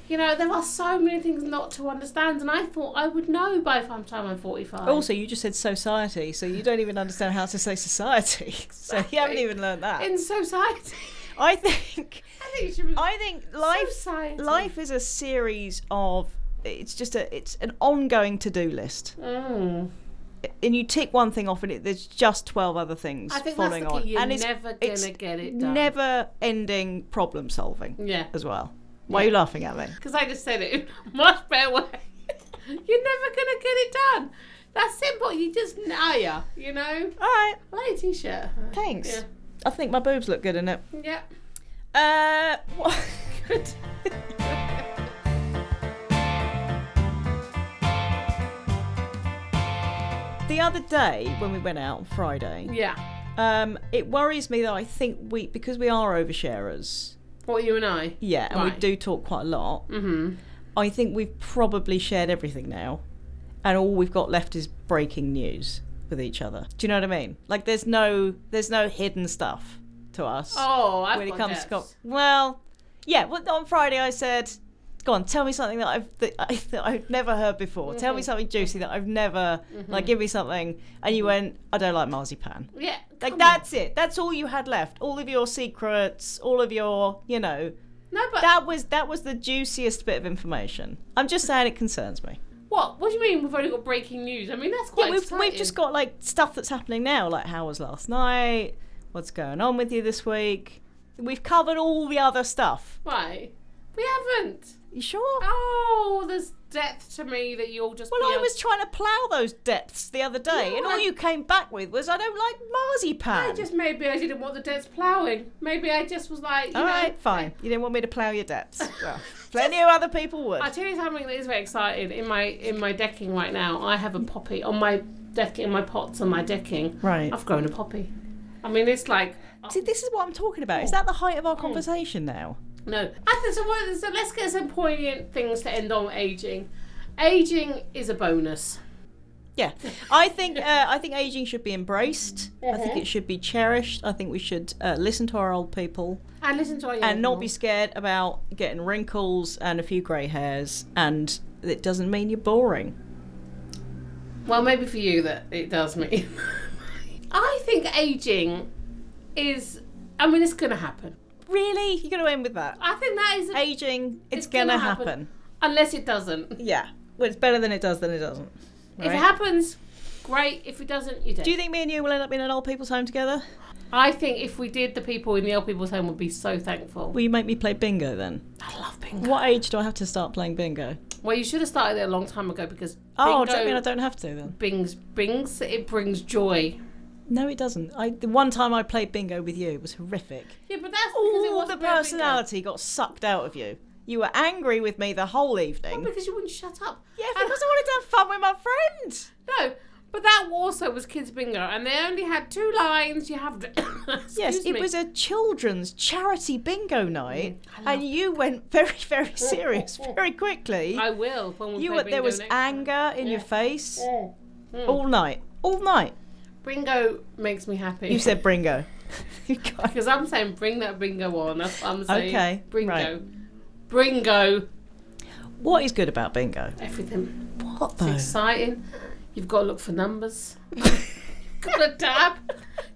Speaker 1: You know, there are so many things not to understand, and I thought I would know by the time I'm 45.
Speaker 2: Also, you just said society, so you don't even understand how to say society. So you haven't
Speaker 1: Exactly.
Speaker 2: even learned that.
Speaker 1: in society,
Speaker 2: I think
Speaker 1: I think you should be
Speaker 2: I think life
Speaker 1: society.
Speaker 2: life is a series of it's just a it's an ongoing to-do list.
Speaker 1: Mm.
Speaker 2: And you tick one thing off and it, there's just 12 other things
Speaker 1: I think that's
Speaker 2: following
Speaker 1: the key.
Speaker 2: on.
Speaker 1: You're
Speaker 2: and it's
Speaker 1: never gonna
Speaker 2: it's
Speaker 1: get it done.
Speaker 2: Never ending problem solving
Speaker 1: Yeah,
Speaker 2: as well. Why are you laughing at me?
Speaker 1: because I just said it in a much better way. You're never gonna get it done. That's simple. You just know, ya, you know.
Speaker 2: All right,
Speaker 1: I like a t-shirt.
Speaker 2: thanks.
Speaker 1: Yeah.
Speaker 2: I think my boobs look good in it.
Speaker 1: Yeah.
Speaker 2: Uh, what? the other day when we went out on Friday,
Speaker 1: Yeah.
Speaker 2: um, it worries me that I think we because we are oversharers,
Speaker 1: What you and I?
Speaker 2: yeah, and we
Speaker 1: Right.
Speaker 2: do talk quite a lot. Mm-hmm. I think we've probably shared everything now, and all we've got left is breaking news with each other. Do you know what I mean? Like, there's no there's no hidden stuff to us
Speaker 1: Oh, I've
Speaker 2: when it
Speaker 1: got
Speaker 2: comes
Speaker 1: depth.
Speaker 2: to com- well, yeah. Well, on Friday I said, "Go on, tell me something that I've that, I, that I've never heard before. Tell
Speaker 1: Mm-hmm.
Speaker 2: me something juicy that I've never like. Give me something." And you went, "I don't like marzipan."
Speaker 1: Yeah.
Speaker 2: Like
Speaker 1: Mm-hmm. come on.
Speaker 2: that's it. That's all you had left. All of your secrets. All of your, you know,
Speaker 1: No, but
Speaker 2: that was that was the juiciest bit of information. I'm just saying it concerns me.
Speaker 1: what? What do you mean we've only got breaking news? I mean, that's quite
Speaker 2: Yeah, we've, we've
Speaker 1: exciting.
Speaker 2: just got like stuff that's happening now, like how was last night, what's going on with you this week. We've covered all the other stuff.
Speaker 1: Right. We haven't.
Speaker 2: You sure?
Speaker 1: Oh, there's depth to me that you all just.
Speaker 2: Well,
Speaker 1: be
Speaker 2: I
Speaker 1: able-
Speaker 2: was trying to plough those depths the other day,
Speaker 1: Yeah,
Speaker 2: and all
Speaker 1: I-
Speaker 2: you came back with was, "I don't like marzipan."
Speaker 1: I just maybe I didn't want the depths ploughing. Maybe I just was like, you
Speaker 2: all
Speaker 1: know,
Speaker 2: right, fine. You didn't want me to plough your depths. Well, plenty of other people would.
Speaker 1: I tell you something that is very exciting. In my in my decking right now, I have a poppy on my decking, my pots on my decking.
Speaker 2: Right.
Speaker 1: I've grown a poppy. I mean, it's like
Speaker 2: See, this is what I'm talking about. Is that the height of
Speaker 1: Oh.
Speaker 2: our conversation now?
Speaker 1: No. I think so, what, so let's get some poignant things to end on aging. Aging is a bonus.
Speaker 2: Yeah, I think uh, I think aging should be embraced. I think
Speaker 1: Uh-huh.
Speaker 2: it should be cherished. I think we should uh, listen to our old people
Speaker 1: And listen to our young
Speaker 2: and not be
Speaker 1: people.
Speaker 2: scared about getting wrinkles and a few grey hairs. And it doesn't mean you're boring.
Speaker 1: Well, maybe for you that it does me. I think aging is. I mean, it's going to happen.
Speaker 2: Really, you're going to end with that?
Speaker 1: I think that is.
Speaker 2: Aging,
Speaker 1: It's
Speaker 2: it's, gonna,
Speaker 1: gonna
Speaker 2: happen.
Speaker 1: happen. unless it doesn't.
Speaker 2: Yeah. Well, it's better than it does than it doesn't.
Speaker 1: If
Speaker 2: Right.
Speaker 1: it happens, great. If it doesn't, you don't.
Speaker 2: Do you think me and you will end up in an old people's home together?
Speaker 1: I think if we did, the people in the old people's home would be so thankful.
Speaker 2: Will you make me play bingo then?
Speaker 1: I love bingo.
Speaker 2: What age do I have to start playing bingo?
Speaker 1: Well, you should have started it a long time ago because
Speaker 2: Oh,
Speaker 1: bingo
Speaker 2: don't mean I don't have to then.
Speaker 1: brings brings it brings joy.
Speaker 2: No, it doesn't. I, the one time I played bingo with you was horrific.
Speaker 1: Yeah, but that's because it
Speaker 2: All
Speaker 1: was
Speaker 2: the personality got sucked out of you. You were angry with me the whole evening.
Speaker 1: because you wouldn't shut up.
Speaker 2: yeah,
Speaker 1: And-
Speaker 2: because I wanted to have fun with my friends.
Speaker 1: No, but that also was kids bingo, and they only had two lines. You have. Excuse
Speaker 2: Yes, it
Speaker 1: me.
Speaker 2: was a children's charity bingo night, and you went very, very serious very quickly.
Speaker 1: I will when we
Speaker 2: You
Speaker 1: play
Speaker 2: were,
Speaker 1: bingo
Speaker 2: there was
Speaker 1: next
Speaker 2: anger in your face
Speaker 1: time.
Speaker 2: all night, all night.
Speaker 1: Bingo makes me happy.
Speaker 2: You said bringo. You guys-
Speaker 1: because I'm saying bring that bingo on. That's what I'm saying.
Speaker 2: Okay,
Speaker 1: Bingo.
Speaker 2: right.
Speaker 1: Bingo.
Speaker 2: what is good about bingo?
Speaker 1: Everything.
Speaker 2: What
Speaker 1: It's
Speaker 2: though?
Speaker 1: exciting. You've got to look for numbers. You've got to dab.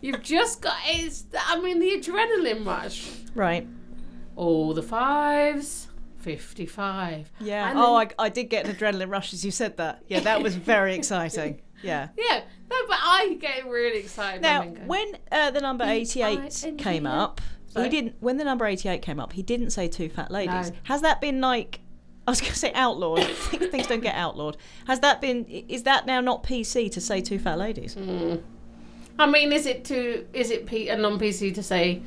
Speaker 1: You've just got. It's. I mean, the adrenaline rush.
Speaker 2: Right.
Speaker 1: All the fives. 55.
Speaker 2: Yeah.
Speaker 1: And
Speaker 2: oh,
Speaker 1: then-
Speaker 2: I, I did get an adrenaline rush as you said that. Yeah, that was very exciting. Yeah.
Speaker 1: Yeah, no, but I get really excited.
Speaker 2: Now,
Speaker 1: when Mingo-
Speaker 2: when uh, the number
Speaker 1: I-
Speaker 2: 88 came
Speaker 1: engineer.
Speaker 2: up, he
Speaker 1: Sorry?
Speaker 2: didn't. When the number 88 came up, he didn't say two fat ladies.
Speaker 1: No.
Speaker 2: Has that been like? I was going to say outlawed. Things things don't get outlawed. Has that been? i- Is that now not PC to say two fat ladies?
Speaker 1: I mean, is it too? Is it P, a non-PC to say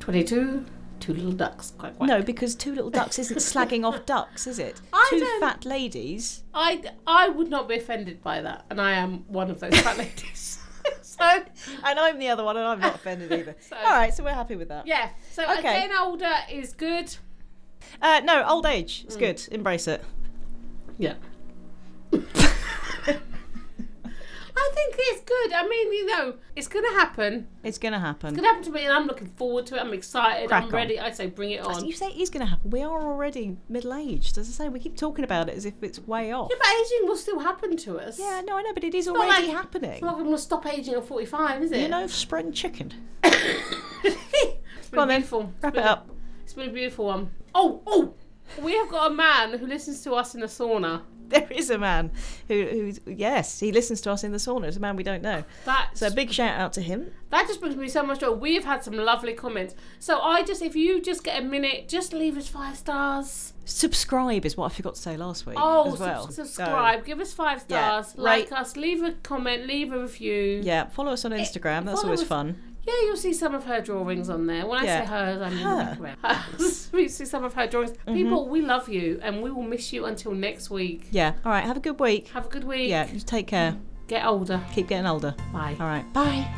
Speaker 1: twenty-two? Two little ducks. Quite quite.
Speaker 2: No, because two little ducks isn't slagging off ducks, is it?
Speaker 1: I
Speaker 2: two
Speaker 1: don't-
Speaker 2: fat ladies.
Speaker 1: I I would not be offended by that, and I am one of those fat ladies. so
Speaker 2: And I'm the other one, and I'm not offended either.
Speaker 1: So-
Speaker 2: All right, so we're happy with that.
Speaker 1: yeah. So
Speaker 2: Okay.
Speaker 1: getting older is good.
Speaker 2: Uh, no, old age. It's good. Embrace it.
Speaker 1: Yeah. I think it's good. I mean, you know, it's gonna happen.
Speaker 2: It's going to happen.
Speaker 1: It's gonna happen to me, and I'm looking forward to it. I'm excited.
Speaker 2: Crack
Speaker 1: I'm
Speaker 2: on.
Speaker 1: ready. I say, bring it on.
Speaker 2: You say it is going to happen. We are already middle aged. As I say, we keep talking about it as if it's way off.
Speaker 1: Yeah, but aging will still happen to us.
Speaker 2: Yeah, no, I know, but it is
Speaker 1: not
Speaker 2: already
Speaker 1: like-
Speaker 2: happening.
Speaker 1: It's not going to stop aging at 45, is it?
Speaker 2: You know, spring chicken.
Speaker 1: it's been
Speaker 2: on then,
Speaker 1: beautiful.
Speaker 2: Wrap
Speaker 1: it's
Speaker 2: it
Speaker 1: been,
Speaker 2: up.
Speaker 1: It's been a beautiful one. Oh, oh! We have got a man who listens to us in a sauna.
Speaker 2: There is a man who, who's yes, he listens to us in the sauna. It's a man we don't know.
Speaker 1: That,
Speaker 2: So a big shout out to him.
Speaker 1: that just brings me so much joy. We've had some lovely comments. So I just, if you just get a minute, just leave us five stars.
Speaker 2: Subscribe is what I forgot to say last week.
Speaker 1: Oh,
Speaker 2: as well.
Speaker 1: subs-
Speaker 2: So,
Speaker 1: subscribe. Give us five
Speaker 2: Yeah,
Speaker 1: stars.
Speaker 2: rate-
Speaker 1: Like us. Leave a comment. Leave a review.
Speaker 2: yeah, follow us on Instagram. That's
Speaker 1: Eh, follow
Speaker 2: always
Speaker 1: us-
Speaker 2: fun.
Speaker 1: Yeah, you'll see some of her drawings on there. When I
Speaker 2: Yeah.
Speaker 1: say hers, I mean
Speaker 2: Her.
Speaker 1: her. Hers. we see some of her drawings.
Speaker 2: Mm-hmm.
Speaker 1: People, we love you and we will miss you until next week.
Speaker 2: Yeah. All right. Have a good week.
Speaker 1: Have a good week.
Speaker 2: Yeah. You take care.
Speaker 1: Get older.
Speaker 2: Keep getting older.
Speaker 1: Bye.
Speaker 2: All right. Bye.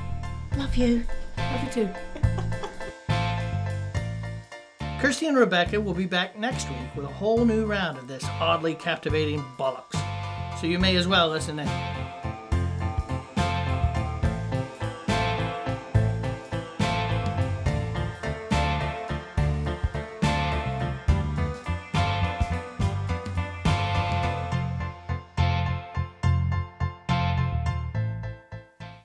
Speaker 2: Love you.
Speaker 1: Love you too.
Speaker 3: Kirsty and Rebecca will be back next week with a whole new round of this oddly captivating bollocks. So you may as well listen in.